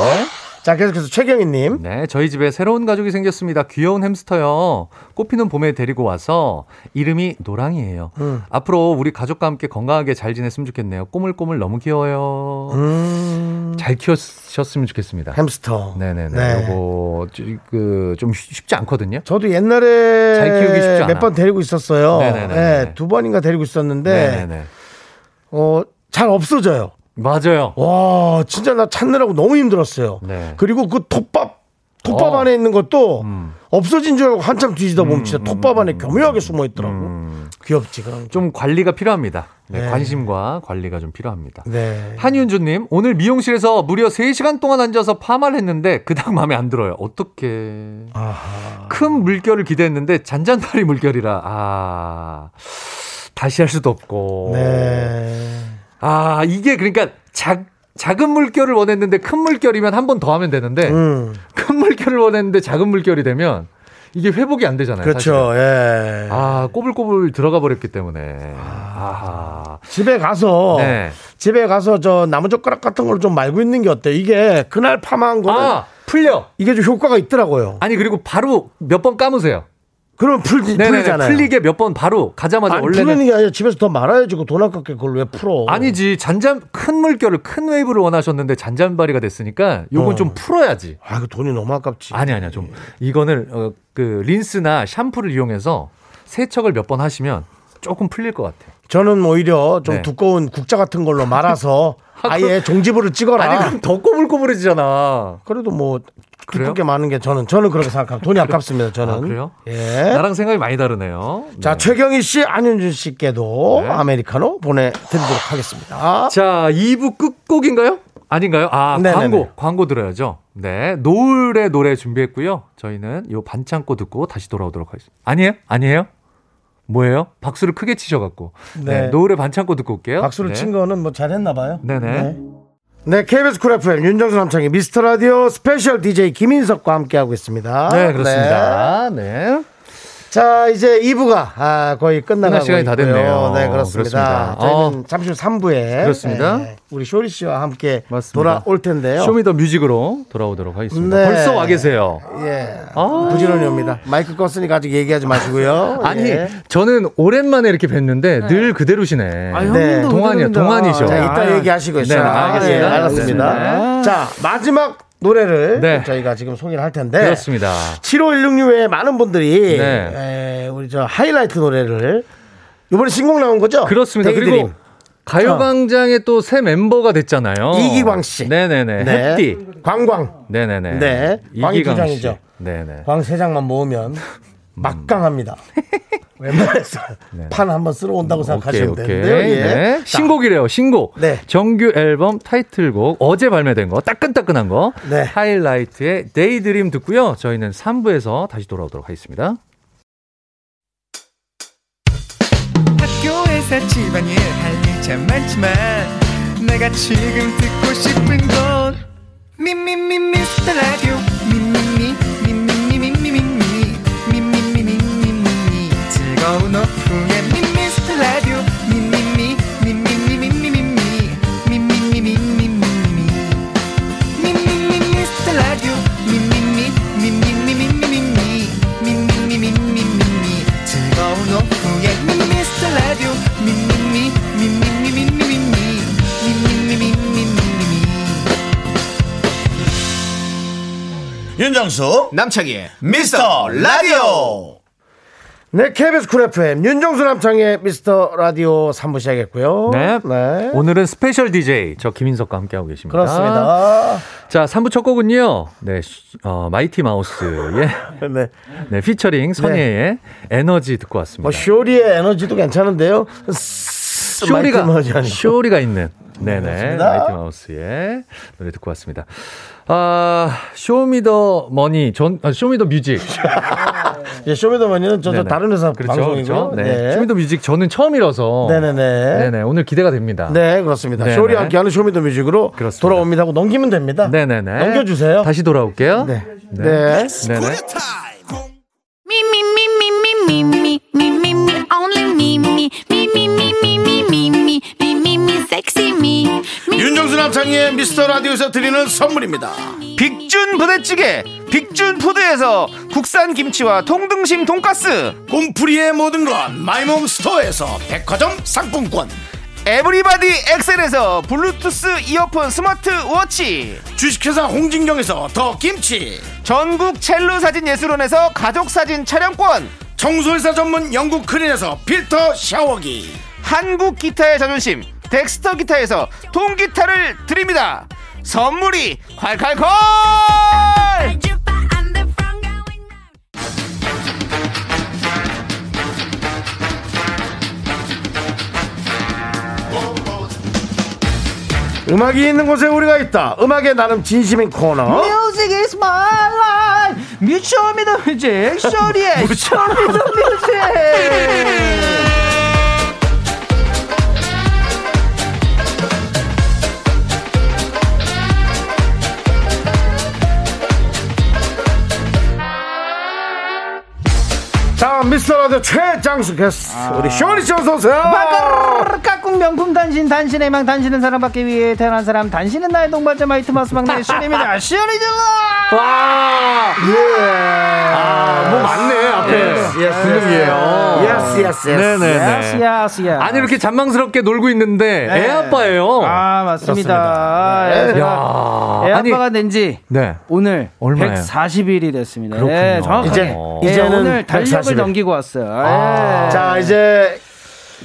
Speaker 1: 자, 계속해서 최경희님.
Speaker 2: 네, 저희 집에 새로운 가족이 생겼습니다. 귀여운 햄스터요. 꽃피는 봄에 데리고 와서 이름이 노랑이에요. 앞으로 우리 가족과 함께 건강하게 잘 지냈으면 좋겠네요. 꼬물꼬물 너무 귀여워요.
Speaker 1: 음,
Speaker 2: 잘 키우셨으면 좋겠습니다.
Speaker 1: 햄스터.
Speaker 2: 네네네.
Speaker 1: 네.
Speaker 2: 요거 그좀 쉽지 않거든요.
Speaker 1: 저도
Speaker 2: 잘 키우기
Speaker 1: 옛날에
Speaker 2: 쉽지 않아.
Speaker 1: 몇 번 데리고 있었어요.
Speaker 2: 네네네네.
Speaker 1: 네, 두 번인가 데리고 있었는데
Speaker 2: 네네네.
Speaker 1: 어, 잘 없어져요.
Speaker 2: 맞아요.
Speaker 1: 와 진짜 나 찾느라고 너무 힘들었어요.
Speaker 2: 네.
Speaker 1: 그리고 그 톱밥 톱밥
Speaker 2: 어.
Speaker 1: 안에 있는 것도
Speaker 2: 음.
Speaker 1: 없어진 줄 알고 한참 뒤지다 보면 진짜 톱밥 안에 교묘하게 숨어 있더라고. 귀엽지 그런 게.
Speaker 2: 음. 좀 관리가 필요합니다. 네,
Speaker 1: 네.
Speaker 2: 관심과 관리가 좀 필요합니다.
Speaker 1: 네.
Speaker 2: 한윤주님, 오늘 미용실에서 무려 3시간 동안 앉아서 파마를 했는데 그닥 마음에 안 들어요. 어떻게.
Speaker 1: 아하.
Speaker 2: 큰 물결을 기대했는데 잔잔파리 물결이라 아 다시 할 수도 없고
Speaker 1: 네.
Speaker 2: 아 이게 그러니까 작, 작은 물결을 원했는데 큰 물결이면 한 번 더 하면 되는데
Speaker 1: 음.
Speaker 2: 큰 물결을 원했는데 작은 물결이 되면 이게 회복이 안 되잖아요. 사실은.
Speaker 1: 그렇죠. 예.
Speaker 2: 아 꼬불꼬불 들어가 버렸기 때문에 아하
Speaker 1: 집에 가서
Speaker 2: 네.
Speaker 1: 집에 가서 저 나무 젓가락 같은 걸 좀 말고 있는 게 어때? 요 이게 그날 파마한 거는
Speaker 2: 아 풀려
Speaker 1: 이게 좀 효과가 있더라고요.
Speaker 2: 아니 그리고 바로 몇 번 감으세요.
Speaker 1: 그러면 풀,
Speaker 2: 네네네.
Speaker 1: 풀리잖아요.
Speaker 2: 풀리게 몇 번 바로 가자마자
Speaker 1: 아니,
Speaker 2: 원래는
Speaker 1: 풀리는 게 아니라 집에서 더 말아야지 그돈 아깝게 그걸 왜 풀어?
Speaker 2: 아니지 잔잔 큰 물결을 큰 웨이브를 원하셨는데 잔잔바리가 됐으니까 요건
Speaker 1: 어.
Speaker 2: 좀 풀어야지.
Speaker 1: 아, 그 돈이 너무 아깝지.
Speaker 2: 아니 아니야 좀 이거는 어, 그 린스나 샴푸를 이용해서 세척을 몇 번 하시면 조금 풀릴 것 같아.
Speaker 1: 저는 오히려 좀
Speaker 2: 네.
Speaker 1: 두꺼운 국자 같은 걸로 말아서 아예 종지부를 찍어라.
Speaker 2: 아니 그럼 더 꼬불꼬불해지잖아.
Speaker 1: 그래도 뭐
Speaker 2: 그래요?
Speaker 1: 기쁘게 많은 게 저는 저는 그렇게 생각합니다. 돈이 아깝습니다. 저는.
Speaker 2: 아, 그래요?
Speaker 1: 예.
Speaker 2: 나랑 생각이 많이 다르네요.
Speaker 1: 자 최경희 씨, 안윤준 씨께도
Speaker 2: 네.
Speaker 1: 아메리카노 보내드리도록 하겠습니다.
Speaker 2: 자, 2부 끝곡인가요? 아닌가요? 아,
Speaker 1: 네네네.
Speaker 2: 광고, 광고 들어야죠. 네, 노을의 노래 준비했고요. 저희는 요 반창고 듣고 다시 돌아오도록 하겠습니다. 아니에요? 아니에요? 뭐예요? 박수를 크게 치셔갖고. 네,
Speaker 1: 네.
Speaker 2: 노을의 반창고 듣고 올게요.
Speaker 1: 박수를
Speaker 2: 네.
Speaker 1: 친 거는 뭐 잘했나 봐요.
Speaker 2: 네네.
Speaker 1: 네. 네, KBS 쿨 FM 윤정수 남창희 미스터 라디오 스페셜 DJ 김인석과 함께하고 있습니다.
Speaker 2: 네, 그렇습니다. 네.
Speaker 1: 자, 이제 2부가 아, 거의 끝나가고
Speaker 2: 끝날 시간이 다
Speaker 1: 있고요.
Speaker 2: 됐네요.
Speaker 1: 네, 그렇습니다.
Speaker 2: 그렇습니다. 어.
Speaker 1: 저희는 잠시 후 3부에 네,
Speaker 2: 그렇습니다.
Speaker 1: 우리 쇼리 씨와 함께
Speaker 2: 맞습니다.
Speaker 1: 돌아올 텐데요.
Speaker 2: 쇼미더 뮤직으로 돌아오도록 하겠습니다.
Speaker 1: 네.
Speaker 2: 벌써 와 계세요.
Speaker 1: 예.
Speaker 2: 아.
Speaker 1: 부지런히 옵니다. 마이크 껐으니까 아직 얘기하지 마시고요.
Speaker 2: 아니,
Speaker 1: 예.
Speaker 2: 저는 오랜만에 이렇게 뵀는데 늘 그대로시네.
Speaker 1: 형님도 네.
Speaker 2: 동안이요, 동안이죠.
Speaker 1: 자, 이따
Speaker 2: 아,
Speaker 1: 얘기하시고요. 아,
Speaker 2: 네,
Speaker 1: 자,
Speaker 2: 알겠습니다.
Speaker 1: 예, 알았습니다. 자, 마지막 노래를
Speaker 2: 네.
Speaker 1: 저희가 지금 소개를 할 텐데
Speaker 2: 그렇습니다.
Speaker 1: 7516 외에 많은 분들이
Speaker 2: 네.
Speaker 1: 에, 우리 저 하이라이트 노래를 이번에 신곡 나온 거죠?
Speaker 2: 그렇습니다.
Speaker 1: 데이드림.
Speaker 2: 그리고 가요광장의 또 새 멤버가 됐잖아요.
Speaker 1: 이기광 씨.
Speaker 2: 네네네.
Speaker 1: 네.
Speaker 2: 햇띠.
Speaker 1: 광광.
Speaker 2: 네네네.
Speaker 1: 네. 광이 두 장이죠.
Speaker 2: 네네.
Speaker 1: 광 세 장만
Speaker 2: 음.
Speaker 1: 모으면 막강합니다. 웬만해서 판 한번 쓸어 온다고
Speaker 2: 네. 음, 오케이
Speaker 1: 생각하시면
Speaker 2: 오케이.
Speaker 1: 되는데요. 예.
Speaker 2: 네.
Speaker 1: 자,
Speaker 2: 신곡이래요. 신곡.
Speaker 1: 네.
Speaker 2: 정규 앨범 타이틀곡 어제 발매된 거 따끈따끈한 거.
Speaker 1: 네.
Speaker 2: 하이라이트의 데이드림 듣고요. 저희는 3부에서 다시 돌아오도록 하겠습니다.
Speaker 5: 학교에서 집안일 할 일 참 많지만 내가 지금 듣고 싶은 건 미미미 미스터 라디오 미미미 미미미 미미미 미미미 미미미 즐거운 오후에 미스터 라디오 미미미 미미미 미미미 미미미 미미미
Speaker 4: 윤정수 남창희의 미스터 라디오
Speaker 1: 네, KBS 쿨 FM 윤정수 남창의 미스터 라디오 3부 시작했고요.
Speaker 2: 네. 오늘은 스페셜 DJ 저 김인석과 함께하고 계십니다. 아.
Speaker 1: 그렇습니다.
Speaker 2: 자, 3부 첫 곡은요. 네. 시- 어, 마이티 마우스의
Speaker 1: 네.
Speaker 2: 네, 피처링 선예의 에너지 듣고 왔습니다.
Speaker 1: 뭐 쇼리의 에너지도 괜찮은데요.
Speaker 2: 쇼리가
Speaker 1: 마이티 마우스 아니고.
Speaker 2: 쇼리가 있는 네네
Speaker 1: 그렇습니다.
Speaker 2: 마이티 마우스의 노래 듣고 왔습니다. 아 쇼미더 머니 전 아, 쇼미더 뮤직
Speaker 1: 예, 쇼미더머니는 저, 저
Speaker 2: 네네.
Speaker 1: 다른 회사
Speaker 2: 그렇죠,
Speaker 1: 방송이고요.
Speaker 2: 그렇죠? 네. 쇼미더 뮤직 저는 처음이라서
Speaker 1: 네네네.
Speaker 2: 네네 오늘 기대가 됩니다.
Speaker 1: 네, 그렇습니다.
Speaker 2: 네네.
Speaker 1: 쇼리 함께하는 쇼미더뮤직으로
Speaker 2: 그렇습니다.
Speaker 1: 돌아옵니다 하고 넘기면 됩니다.
Speaker 2: 네네네
Speaker 1: 넘겨주세요.
Speaker 2: 다시 돌아올게요.
Speaker 1: 네. 네.
Speaker 2: 네네.
Speaker 3: Me, me, me, me, me, me, me, me, me, me, only me, me, me, me, me, me, me, me, me, me, me, me, sexy me. Me,
Speaker 1: 윤정수 남창희의 미스터 라디오에서 드리는 선물입니다.
Speaker 4: 빅준 부대찌개 빅준 푸드에서 국산 김치와 통등심 돈가스
Speaker 1: 꿈풀이의 모든 건 마이몽 스토어에서 백화점 상품권.
Speaker 4: 에브리바디 엑셀에서 블루투스 이어폰 스마트 워치
Speaker 1: 주식회사 홍진경에서 더 김치.
Speaker 4: 전국 첼로 사진 예술원에서 가족 사진 촬영권
Speaker 1: 청소회사 전문 영국 크린에서 필터 샤워기.
Speaker 4: 한국 기타의 자존심 덱스터 기타에서 통기타를 드립니다 선물이 콸콸콸
Speaker 3: Jupa, I'm the front going round.
Speaker 1: 음악이 있는 곳에 우리가 있다. 음악의 나름 진심인 코너.
Speaker 5: Music is my life. 미쳐미더 뮤직. 쇼리의 미쳐미더 뮤직.
Speaker 1: 자, 미스터 라디오 최장수 게스트.
Speaker 5: 아.
Speaker 1: 우리 쇼리 씨 어서오세요.
Speaker 5: 깍꿍 명품 단신 단신의 망 단신은 사랑받기 위해 태어난 사람 단신은 나의 동반자 마이트마스 막내 시리입니다 시리 질러
Speaker 2: 와
Speaker 1: 예. 아, 뭐 맞네, 앞에.
Speaker 2: 예, 궁금해요.
Speaker 1: 예스, 예스, 예스.
Speaker 2: 네네네.
Speaker 5: 야스야
Speaker 2: 아니 이렇게 잔망스럽게 놀고 있는데 애 아빠예요.
Speaker 5: 네. 아 맞습니다 예,
Speaker 1: 네.
Speaker 5: 제가
Speaker 2: 야,
Speaker 5: 애
Speaker 2: 아니,
Speaker 5: 아빠가 된 지
Speaker 2: 네.
Speaker 5: 오늘
Speaker 2: 얼마예요?
Speaker 5: 140일이 됐습니다
Speaker 2: 그렇군요.
Speaker 5: 예, 정확하게
Speaker 1: 이제,
Speaker 2: 어.
Speaker 5: 예,
Speaker 1: 어, 네. 이제는
Speaker 5: 오늘 달력을
Speaker 1: 140일.
Speaker 5: 넘기고 왔어요
Speaker 2: 아.
Speaker 5: 예.
Speaker 1: 자, 이제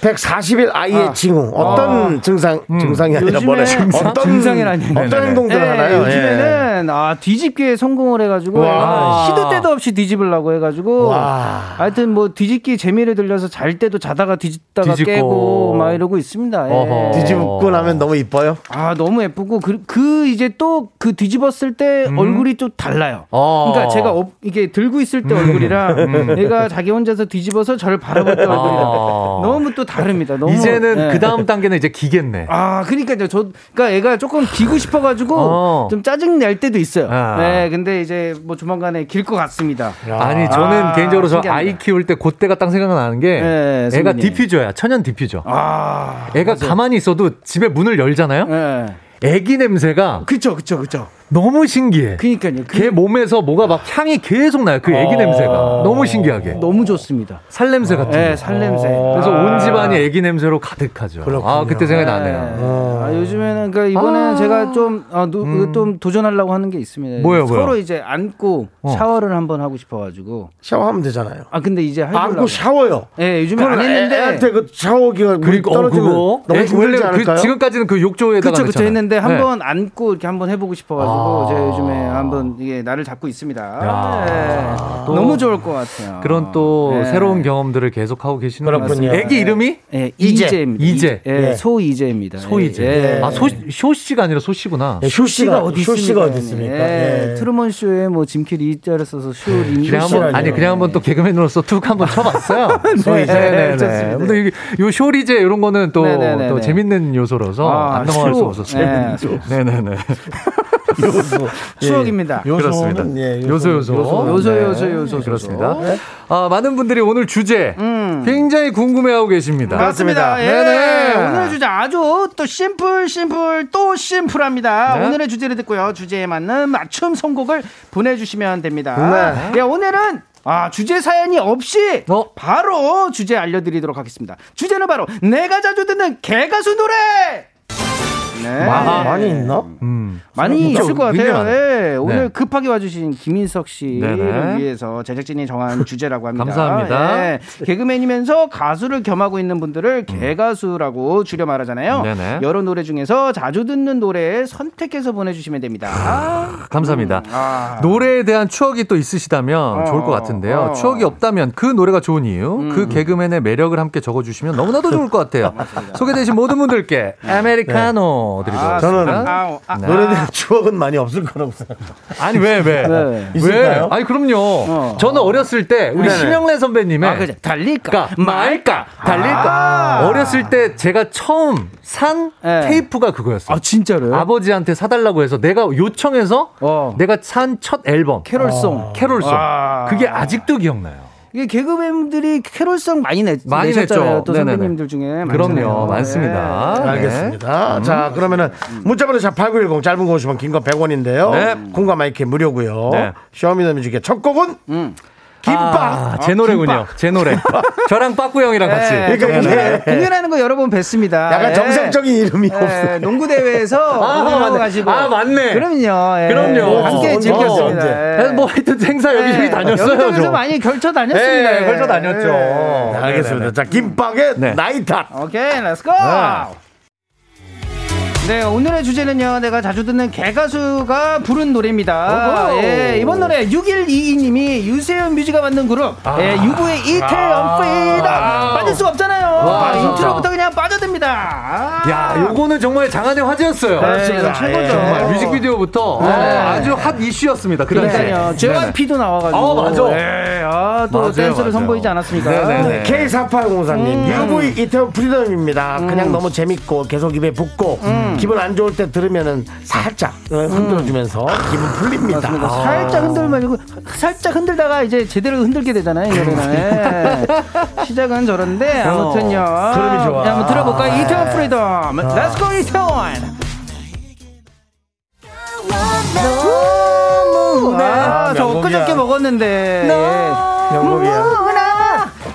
Speaker 1: 140일 아이의
Speaker 5: 아.
Speaker 1: 징후. 어떤 증상, 증상이 아니라
Speaker 5: 요즘에
Speaker 1: 뭐래.
Speaker 5: 증상?
Speaker 1: 어떤,
Speaker 5: 증상이라니.
Speaker 1: 어떤
Speaker 2: 네네네.
Speaker 1: 행동들
Speaker 5: 예,
Speaker 1: 하나요? 예.
Speaker 5: 요즘에는 아, 뒤집기에 성공을 해가지고
Speaker 1: 어. 와.
Speaker 5: 시도 때도 없이 뒤집으려고 해가지고
Speaker 1: 와.
Speaker 5: 하여튼 뭐 뒤집기 재미를 들려서 잘 때도 자다가 뒤집다가
Speaker 2: 뒤집고.
Speaker 5: 깨고 막 이러고 있습니다. 예.
Speaker 2: 어허.
Speaker 1: 뒤집고 나면 너무 이뻐요?
Speaker 5: 아 너무 예쁘고 그, 그 이제 또 그 뒤집었을 때 얼굴이 또 달라요.
Speaker 2: 어.
Speaker 5: 그러니까 제가 업- 이게 들고 있을 때 얼굴이랑 얘가 자기 혼자서 뒤집어서 저를 바라볼 때 얼굴이랑
Speaker 2: 어.
Speaker 5: 그러니까 너무 또 다릅니다. 너무
Speaker 2: 이제는
Speaker 5: 예.
Speaker 2: 그 다음 단계는 이제 기겠네.
Speaker 5: 아, 그러니까요. 저, 그러니까 애가 조금 기고 싶어가지고
Speaker 2: 어.
Speaker 5: 좀 짜증 낼 때도 있어요.
Speaker 2: 아.
Speaker 5: 네, 근데 이제 뭐 조만간에 길 것 같습니다.
Speaker 2: 아니 저는
Speaker 5: 아,
Speaker 2: 개인적으로 저
Speaker 5: 신기합니다.
Speaker 2: 아이 키울 때 그때가 딱 생각나는 게
Speaker 5: 예,
Speaker 2: 애가
Speaker 5: 선배님.
Speaker 2: 디퓨저야 천연 디퓨저
Speaker 5: 아,
Speaker 2: 애가 가만히 있어도 집에 문을 열잖아요
Speaker 5: 예.
Speaker 2: 애기 냄새가
Speaker 5: 그쵸, 그쵸, 그쵸.
Speaker 2: 너무 신기해.
Speaker 6: 그니까요. 그
Speaker 2: 걔 몸에서 뭐가 막 향이 계속 나요. 그
Speaker 1: 어.
Speaker 2: 애기 냄새가 너무 신기하게.
Speaker 1: 음.
Speaker 6: 너무 좋습니다.
Speaker 2: 살 냄새 같은.
Speaker 6: 네,
Speaker 2: 거.
Speaker 6: 살냄새.
Speaker 2: 그래서
Speaker 1: 아.
Speaker 2: 온 집안이 애기 냄새로 가득하죠. 아 그때 생각이 나네요.
Speaker 6: 아, 요즘에는 그러니까 이번에는 제가 좀, 아, 노- 좀 도전하려고 하는 게 있습니다.
Speaker 2: 뭐요,
Speaker 6: 서로
Speaker 2: 뭐요?
Speaker 6: 이제 안고 샤워를 한번 하고 싶어가지고.
Speaker 1: 샤워하면 되잖아요.
Speaker 6: 아 근데 이제 하려고.
Speaker 1: 안고 샤워요.
Speaker 6: 예, 요즘에
Speaker 1: 그건
Speaker 6: 안 했는데.
Speaker 1: 애한테 그 샤워기가 물이
Speaker 2: 그러니까 어,
Speaker 1: 떨어지면
Speaker 2: 그거
Speaker 1: 너무
Speaker 2: 애- 원래
Speaker 1: 힘들지 않을까요?
Speaker 2: 그 지금까지는 그 욕조에다가
Speaker 6: 그쵸 그쵸
Speaker 2: 넣잖아요.
Speaker 6: 했는데
Speaker 2: 네.
Speaker 6: 한번 안고 이렇게 한번 해보고
Speaker 2: 아.
Speaker 6: 싶어가지고 제가 요즘에 한번 이게 나를 잡고 있습니다.
Speaker 2: 야.
Speaker 6: 예. 너무 좋을 것 같아요.
Speaker 2: 그런 또
Speaker 6: 예.
Speaker 2: 새로운 경험들을 계속 하고 계시는
Speaker 1: 네. 그렇군요. 네.
Speaker 2: 것 같습니다. 애기 이름이
Speaker 6: 예,
Speaker 1: 이제.
Speaker 6: 이재입니다.
Speaker 2: 이제.
Speaker 6: 예,
Speaker 1: 예.
Speaker 6: 소이재입니다.
Speaker 2: 소이제.
Speaker 6: 예.
Speaker 2: 아 소, 쇼씨가 아니라 소씨구나.
Speaker 1: 예, 쇼씨가 어디 쇼씨가
Speaker 6: 있습니까?
Speaker 1: 어디 있습니까?
Speaker 6: 예.
Speaker 1: 예.
Speaker 6: 트루먼 쇼에 뭐 짐키리 이자를 써서 쇼
Speaker 2: 그냥
Speaker 6: 림쇼
Speaker 2: 한번 아니
Speaker 1: 쇼씨라니요.
Speaker 2: 그냥 한번 또 개그맨으로서 툭 한번 쳐봤어요.
Speaker 1: 소이제.
Speaker 2: 네네네.
Speaker 6: 좋습니다.
Speaker 2: 근데 이게 요 쇼리제 이런 거는 또,
Speaker 6: 네네네네.
Speaker 2: 또 재밌는 요소라서
Speaker 6: 아,
Speaker 2: 안 넘어갈
Speaker 6: 쇼.
Speaker 2: 수 없었어요.
Speaker 6: 네.
Speaker 2: 네네네.
Speaker 6: 추억입니다.
Speaker 1: 요소는,
Speaker 2: 그렇습니다.
Speaker 1: 예,
Speaker 2: 요소 요소
Speaker 6: 요소,
Speaker 2: 네.
Speaker 6: 요소, 요소, 요소.
Speaker 2: 그렇습니다. 아 많은 분들이 오늘 주제 굉장히 궁금해하고 계십니다.
Speaker 1: 맞습니다.
Speaker 6: 예.
Speaker 2: 네네.
Speaker 6: 오늘의 주제 아주 또 심플 심플 또 심플합니다.
Speaker 2: 네.
Speaker 6: 오늘의 주제를 듣고요. 주제에 맞는 맞춤 선곡을 보내주시면 됩니다.
Speaker 1: 네.
Speaker 6: 예, 오늘은 아, 주제 사연이 없이
Speaker 2: 어?
Speaker 6: 바로 주제 알려드리도록 하겠습니다. 주제는 바로 내가 자주 듣는 개가수 노래. 네.
Speaker 1: 아, 많이 있나?
Speaker 2: 음.
Speaker 6: 많이
Speaker 1: 진짜
Speaker 6: 있을 것
Speaker 1: 굉장히
Speaker 6: 같아요. 예, 오늘
Speaker 2: 네.
Speaker 6: 급하게 와주신 김인석 씨를
Speaker 2: 네네.
Speaker 6: 위해서 제작진이 정한 주제라고 합니다.
Speaker 2: 감사합니다.
Speaker 6: 예, 개그맨이면서 가수를 겸하고 있는 분들을 개가수라고 줄여 말하잖아요.
Speaker 2: 음. 네네.
Speaker 6: 여러 노래 중에서 자주 듣는 노래 선택해서 보내주시면 됩니다.
Speaker 2: 아, 감사합니다.
Speaker 6: 아.
Speaker 2: 노래에 대한 추억이 또 있으시다면 좋을 것 같은데요.
Speaker 6: 어. 음,
Speaker 2: 추억이 없다면 그 노래가 좋은 이유, 그 개그맨의 매력을 함께 적어주시면 너무나도 좋을 것 같아요. 소개되신 모든 분들께 아메리카노 드리도록
Speaker 6: 음. 아,
Speaker 1: 저는
Speaker 2: 하겠습니다.
Speaker 6: 아, 아,
Speaker 2: 네.
Speaker 1: 노래에 대한 추억은 많이 없을 거라고 생각합니다.
Speaker 2: 아니 왜 왜?
Speaker 6: 네. 어.
Speaker 1: 있을까요?
Speaker 2: 아니 그럼요. 저는 어렸을 때 우리 심영래 선배님의
Speaker 6: 아, 그죠. 달릴까?
Speaker 2: 그러니까 말까 달릴까 어렸을 때 제가 처음 산
Speaker 6: 네.
Speaker 2: 테이프가 그거였어요.
Speaker 6: 아, 진짜로요?
Speaker 2: 아버지한테 뭐 사달라고 해서 내가 요청해서
Speaker 6: 어.
Speaker 2: 내가 산 첫 앨범 어.
Speaker 6: 캐롤송.
Speaker 2: 캐롤송
Speaker 1: 아.
Speaker 2: 그게 아직도 기억나요.
Speaker 6: 이게 개그맨들이 캐롤송 많이 냈,
Speaker 2: 많이
Speaker 6: 내셨잖아요.
Speaker 2: 냈죠.
Speaker 6: 또
Speaker 2: 네네네.
Speaker 6: 선배님들 중에
Speaker 2: 그럼요,
Speaker 6: 많잖아요. 예.
Speaker 2: 많습니다. 네. 음.
Speaker 1: 알겠습니다. 자, 그러면은 문자번호 샵8910 짧은 거 50원, 긴 거 100원인데요.
Speaker 2: 네.
Speaker 1: 공감 마이크 무료고요.
Speaker 2: 네.
Speaker 1: 쇼미더뮤직의 첫 곡은 음. 김밥.
Speaker 2: 아, 제 노래군요. 제 노래. 저랑 빠꾸 형이랑 같이. 네,
Speaker 6: 예,
Speaker 1: 그러니까 이게
Speaker 6: 공연- 공연하는 거 여러 번 뵀습니다.
Speaker 1: 약간
Speaker 6: 예.
Speaker 1: 정상적인 이름이
Speaker 2: 네,
Speaker 1: 없어요.
Speaker 6: 농구 대회에서
Speaker 2: 아,
Speaker 6: 공연하고
Speaker 2: 맞네.
Speaker 6: 어, 가시고.
Speaker 2: 아, 맞네.
Speaker 6: 그럼요. 예.
Speaker 2: 그럼요.
Speaker 6: 함께
Speaker 1: 어, 언제,
Speaker 6: 즐겼습니다.
Speaker 2: 그래서 뭐 하여튼 행사 여기저기 다녔어요.
Speaker 6: 여기서
Speaker 2: 저.
Speaker 6: 네. 많이 결쳐 다녔습니다.
Speaker 2: 예,
Speaker 6: 예.
Speaker 2: 벌써 다녔죠.
Speaker 1: 네, 알겠습니다. 자, 김밥의
Speaker 2: 네.
Speaker 1: 나이탑.
Speaker 6: 오케이, 렛츠고! 네, 오늘의 주제는요, 내가 자주 듣는 개가수가 부른 노래입니다.
Speaker 2: 오호.
Speaker 6: 예, 이번 노래 6122님이 유세윤 뮤지가 만든 그룹,
Speaker 2: 아.
Speaker 6: 예, 유부의 이틀 언페이다! 빠질 수 없잖아요. 인트로부터 그냥 빠져듭니다. 아.
Speaker 2: 야, 요거는 정말 장안의 화제였어요.
Speaker 6: 네, 이거 최고죠. 네.
Speaker 2: 정말 뮤직비디오부터 어, 아주 핫 이슈였습니다. 그 당시에.
Speaker 6: 그러니까요. JYP도 나와가지고.
Speaker 2: 아, 맞아.
Speaker 6: 예, 아, 또
Speaker 2: 맞아요,
Speaker 6: 댄스를
Speaker 2: 맞아요.
Speaker 6: 선보이지 않았습니까?
Speaker 2: 네네네. 음.
Speaker 1: K4803님, UV 이태원 프리덤입니다. 그냥 너무 재밌고 계속 입에 붙고
Speaker 2: 음.
Speaker 1: 기분 안 좋을 때 들으면은 살짝 어, 흔들어주면서
Speaker 2: 아.
Speaker 1: 기분 풀립니다. 아,
Speaker 6: 맞습니다. 살짝 흔들면 이거 살짝 흔들다가 이제 제대로 흔들게 되잖아요, 이 노래는. 예. 시작은 저런데 아무튼요.
Speaker 1: 흐름이 좋아.
Speaker 6: 네, 한번 들어볼까요? 이태원 프리덤. Let's go 이태원. 아, 저
Speaker 1: 명곡이야.
Speaker 6: 엊그저께 먹었는데.
Speaker 1: 영국이야.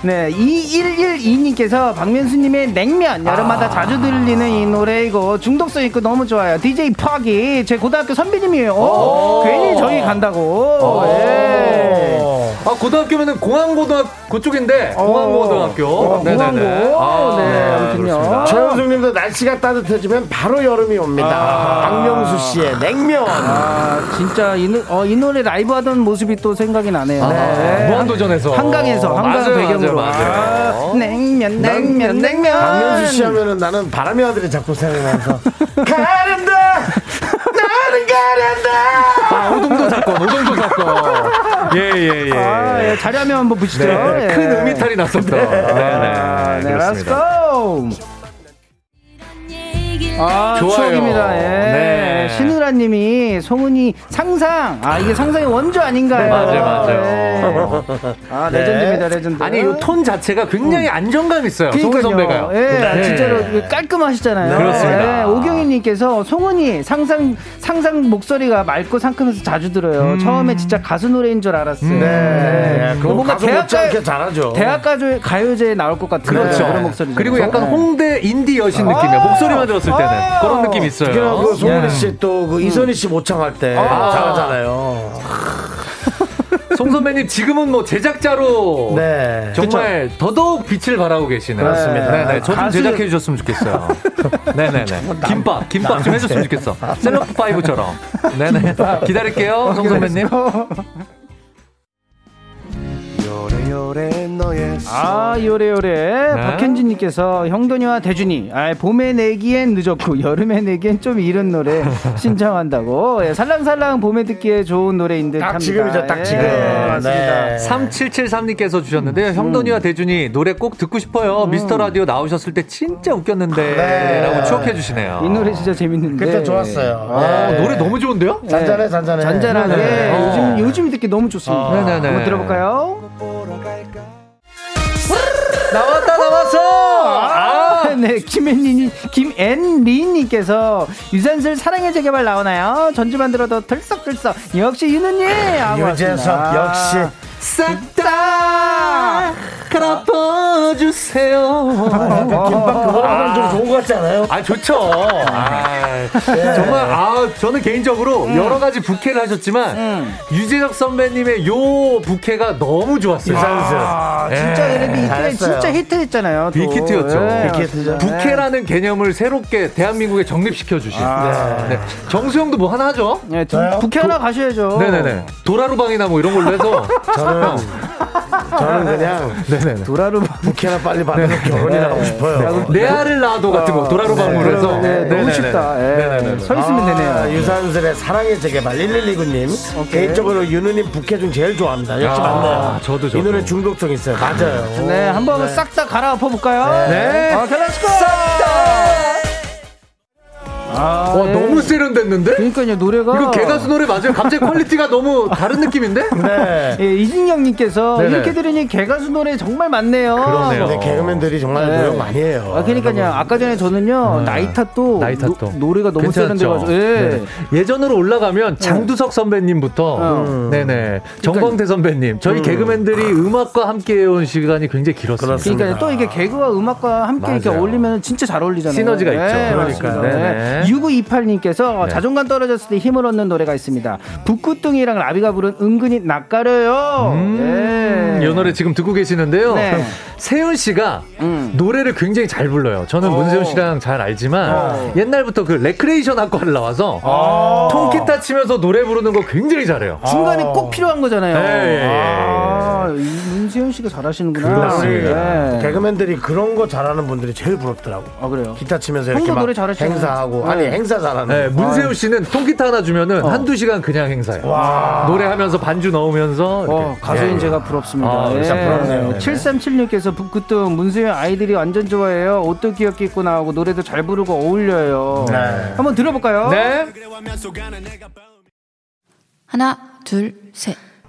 Speaker 6: 네, 2112님께서 박명수님의 냉면 여름마다
Speaker 2: 아.
Speaker 6: 자주 들리는 이 노래 이거 중독성 있고 너무 좋아요. DJ 팍이 제 고등학교 선배님이에요. 오,
Speaker 2: 오.
Speaker 6: 괜히 저기 간다고. 예.
Speaker 2: 아, 고등학교면은 공항고등학교 그쪽인데 공항고등학교. 네네네.
Speaker 6: 어. 공항고.
Speaker 2: 아,
Speaker 6: 네,
Speaker 2: 네,
Speaker 6: 아무튼요.
Speaker 2: 그렇습니다.
Speaker 1: 최현숙 님도 날씨가 따뜻해지면 바로 여름이 옵니다. 박명수 씨의 냉면.
Speaker 6: 아, 진짜 이, 노- 어, 이 노래 라이브 하던 모습이 또 생각이
Speaker 2: 아,
Speaker 6: 나네요. 네.
Speaker 2: 무한도전에서
Speaker 6: 한강에서 한강
Speaker 2: 뭐 맞아요,
Speaker 6: 배경으로
Speaker 2: 맞아요, 맞아요.
Speaker 6: 아, 냉면 냉면 냉면
Speaker 1: 박명수 씨 하면은 나는 바람의 아들이 자꾸 생각나서 가른다! 나는 가른다!
Speaker 2: 아, 오동도 사건, 오동도 사건. 예, 예, 예.
Speaker 6: 아, 예, 자리하면 한번 보시죠.
Speaker 2: 네,
Speaker 6: 예.
Speaker 2: 큰 음이탈이 네. 났었던. 네, 네.
Speaker 6: 네,
Speaker 2: 그렇습니다.
Speaker 6: 렛츠고! 아,
Speaker 2: 좋아요.
Speaker 6: 추억입니다.
Speaker 2: 네.
Speaker 6: 예. 신우라님이 송은이 상상. 아 이게 상상의 원조 아닌가요?
Speaker 2: 맞아요, 맞아요.
Speaker 6: 예. 아 레전드입니다, 레전드.
Speaker 2: 아니 이 톤 자체가 굉장히 안정감 있어요. 송은
Speaker 6: 음. 그러니까요.
Speaker 2: 선배가.
Speaker 6: 예,
Speaker 2: 네.
Speaker 6: 진짜로 깔끔하시잖아요.
Speaker 2: 그렇습니다.
Speaker 6: 예, 오경희님께서 송은이 상상 상상 목소리가 맑고 상큼해서 자주 들어요. 처음에 진짜 가수 노래인 줄 알았어요.
Speaker 1: 네.
Speaker 6: 예.
Speaker 1: 그거
Speaker 6: 뭔가
Speaker 1: 가수 못지
Speaker 6: 대학가
Speaker 1: 않게 잘하죠.
Speaker 6: 어. 대학 가요 가요제에 나올 것 같은
Speaker 2: 그렇죠.
Speaker 6: 네, 그런 네. 목소리.
Speaker 2: 그리고 약간 홍대 인디 여신 느낌이야. 목소리만 들었을 때는
Speaker 6: 아.
Speaker 2: 그런 느낌이 있어요.
Speaker 1: 특히나 그
Speaker 6: 네.
Speaker 1: 송은희 씨또그
Speaker 6: 음.
Speaker 1: 이선희 씨 모창할 때
Speaker 6: 아.
Speaker 1: 잘하잖아요.
Speaker 2: 송 선배님 지금은 뭐 제작자로
Speaker 1: 네.
Speaker 2: 정말 더더욱 빛을 발하고 계시네요.
Speaker 1: 그렇습니다.
Speaker 2: 네, 네. 저좀
Speaker 1: 가수-
Speaker 2: 제작해 주셨으면 좋겠어요. 네네네. 김밥, 김밥 좀 해줬으면 좋겠어. 셀럽 파이브처럼. 네네. 기다릴게요, 송 선배님.
Speaker 6: 아 요래요래
Speaker 1: 네.
Speaker 6: 박현진님께서 형돈이와 대준이 아, 봄에 내기엔 늦었고 여름에 내기엔 좀 이른 노래 신청한다고 예, 살랑살랑 봄에 듣기에 좋은 노래인 듯 합니다
Speaker 1: 딱 지금이죠, 딱 지금.
Speaker 6: 예, 맞습니다.
Speaker 1: 네.
Speaker 2: 3773님께서 주셨는데요. 형돈이와 대준이 노래 꼭 듣고 싶어요. 미스터 라디오 나오셨을 때 진짜 웃겼는데.
Speaker 1: 네.
Speaker 2: 라고 추억해 주시네요.
Speaker 6: 이 노래 진짜 재밌는데
Speaker 1: 그때 좋았어요.
Speaker 2: 어,
Speaker 1: 네.
Speaker 2: 노래 너무 좋은데요?
Speaker 1: 잔잔해, 잔잔해.
Speaker 6: 잔잔하게
Speaker 2: 네. 어.
Speaker 6: 요즘 요즘 듣기 너무 좋습니다
Speaker 1: 어.
Speaker 2: 네네네.
Speaker 6: 한번 들어볼까요?
Speaker 2: 나왔다, 나왔어! 아!
Speaker 6: 네, 김앤리님, 김앤리님께서 유산슬 사랑의 재개발 나오나요? 전주만 들어도 들썩들썩. 역시 윤우님! 하고
Speaker 1: 유재석
Speaker 6: 왔습니다.
Speaker 1: 역시
Speaker 2: 싹다 갈아퍼주세요.
Speaker 1: 약간 김밥 그거랑 좀 좋은 것 같지 않아요?
Speaker 2: 아 좋죠. 아, 정말 아 저는 개인적으로 여러 가지 부캐를 하셨지만 유재석 선배님의 요 부캐가 너무 좋았어요. 네.
Speaker 1: 유산슬.
Speaker 6: 진짜 그래도 이때
Speaker 1: 잘했어요.
Speaker 6: 진짜 히트했잖아요. 또.
Speaker 2: 빅히트였죠. 네.
Speaker 6: 예,
Speaker 1: 빅히트죠.
Speaker 6: 맞습니다.
Speaker 2: 부캐라는 개념을 새롭게 대한민국에 정립시켜 주신. 네. 정수영도 뭐 하나 하죠?
Speaker 6: 예, 두-
Speaker 1: 저요?
Speaker 6: 부캐 하나 가셔야죠.
Speaker 2: 네네네. 도라루방이나 뭐 이런 걸로 해서.
Speaker 1: 저는
Speaker 6: 아.
Speaker 1: 저는 그냥
Speaker 2: 네네네.
Speaker 6: 도라루
Speaker 1: 부캐나
Speaker 2: 네.
Speaker 1: 빨리 받는 결혼이나 하고 싶어요.
Speaker 2: 내 알을 낳아도 같은 거 도라루방으로 해서.
Speaker 6: 네, 너무
Speaker 2: 네네네.
Speaker 6: 쉽다. 예. 서 있으면
Speaker 1: 아,
Speaker 6: 되네요.
Speaker 1: 유산슬의 사랑의 재개발 1119님 개인적으로 윤우님 부캐 중 제일 좋아합니다. 역시
Speaker 2: 아,
Speaker 1: 맞네요.
Speaker 2: 저도, 음. 저도.
Speaker 1: 이 노래 중독성 있어요. 맞아요.
Speaker 6: 네, 한번 싹 다 갈아 엎어볼까요?
Speaker 2: 네.
Speaker 6: 아, 갤러스코!
Speaker 2: 와 너무 세련됐는데?
Speaker 6: 그러니까요, 노래가.
Speaker 2: 이거 개가수 노래 맞아요? 갑자기 퀄리티가 너무 다른 느낌인데?
Speaker 1: 네.
Speaker 6: 예, 이진영님께서
Speaker 2: 네네.
Speaker 6: 이렇게 들으니 개가수 노래 정말 많네요.
Speaker 2: 그러네요.
Speaker 1: 근데 개그맨들이 정말
Speaker 6: 네.
Speaker 1: 노력 많이 해요.
Speaker 6: 아, 그러니까요. 아까 전에 저는요, 나이타또.
Speaker 2: 네. 나이탓도.
Speaker 6: 노- 노래가 너무
Speaker 2: 괜찮죠?
Speaker 6: 세련돼가지고. 예. 어.
Speaker 2: 네네. 예전으로 올라가면 장두석 선배님부터
Speaker 6: 그러니까
Speaker 2: 네네 정광태 선배님 저희
Speaker 6: 아.
Speaker 2: 개그맨들이 음악과 함께해온 시간이 굉장히 길었어요.
Speaker 6: 음. 그러니까 또 이게 개그와 음악과 함께 이렇게
Speaker 2: 맞아요.
Speaker 6: 어울리면 진짜 잘 어울리잖아요. 네,
Speaker 2: 시너지가 있죠.
Speaker 6: 맞습니다.
Speaker 2: 그러니까요. 네네. 네.
Speaker 6: 네. 6928님께서 자존감 떨어졌을 때 힘을 얻는 노래가 있습니다. 북구뚱이랑 라비가 부른 은근히 낯가려요. 네.
Speaker 2: 음. 이 노래 지금 듣고 계시는데요.
Speaker 6: 네. 음.
Speaker 2: 세윤 씨가 노래를 굉장히 잘 불러요. 저는
Speaker 6: 어.
Speaker 2: 문세윤 씨랑 잘 알지만 옛날부터 그 레크레이션 학과를 나와서
Speaker 6: 아.
Speaker 2: 통기타 치면서 노래 부르는 거 굉장히 잘해요.
Speaker 6: 중간에 꼭 필요한 거잖아요.
Speaker 2: 예, 예,
Speaker 6: 아, 이 문세윤 씨가 잘하시는구나.
Speaker 1: 우리
Speaker 6: 네.
Speaker 1: 개그맨들이 그런 거 잘하는 분들이 제일 부럽더라고.
Speaker 6: 아 그래요.
Speaker 1: 기타 치면서 이렇게
Speaker 6: 형도
Speaker 1: 막
Speaker 6: 노래 잘하시잖아요.
Speaker 1: 행사하고
Speaker 6: 네.
Speaker 1: 아니 행사
Speaker 2: 네,
Speaker 1: 잘하는.
Speaker 2: 문세윤 씨는 통기타 하나
Speaker 6: 어.
Speaker 2: 주면은 한두 시간 그냥 행사예요. 노래하면서 반주 넣으면서. 이렇게. 예.
Speaker 6: 어, 가수인 제가 부럽습니다. 예.
Speaker 2: 아, 진짜
Speaker 1: 부럽네요.
Speaker 6: 7376께서 북구뜸 문수현 아이들이 완전 좋아해요. 옷도 귀엽게 입고 나오고 노래도 잘 부르고 어울려요.
Speaker 1: 네.
Speaker 6: 한번 들어볼까요?
Speaker 2: 네.
Speaker 7: 하나, 둘, 셋.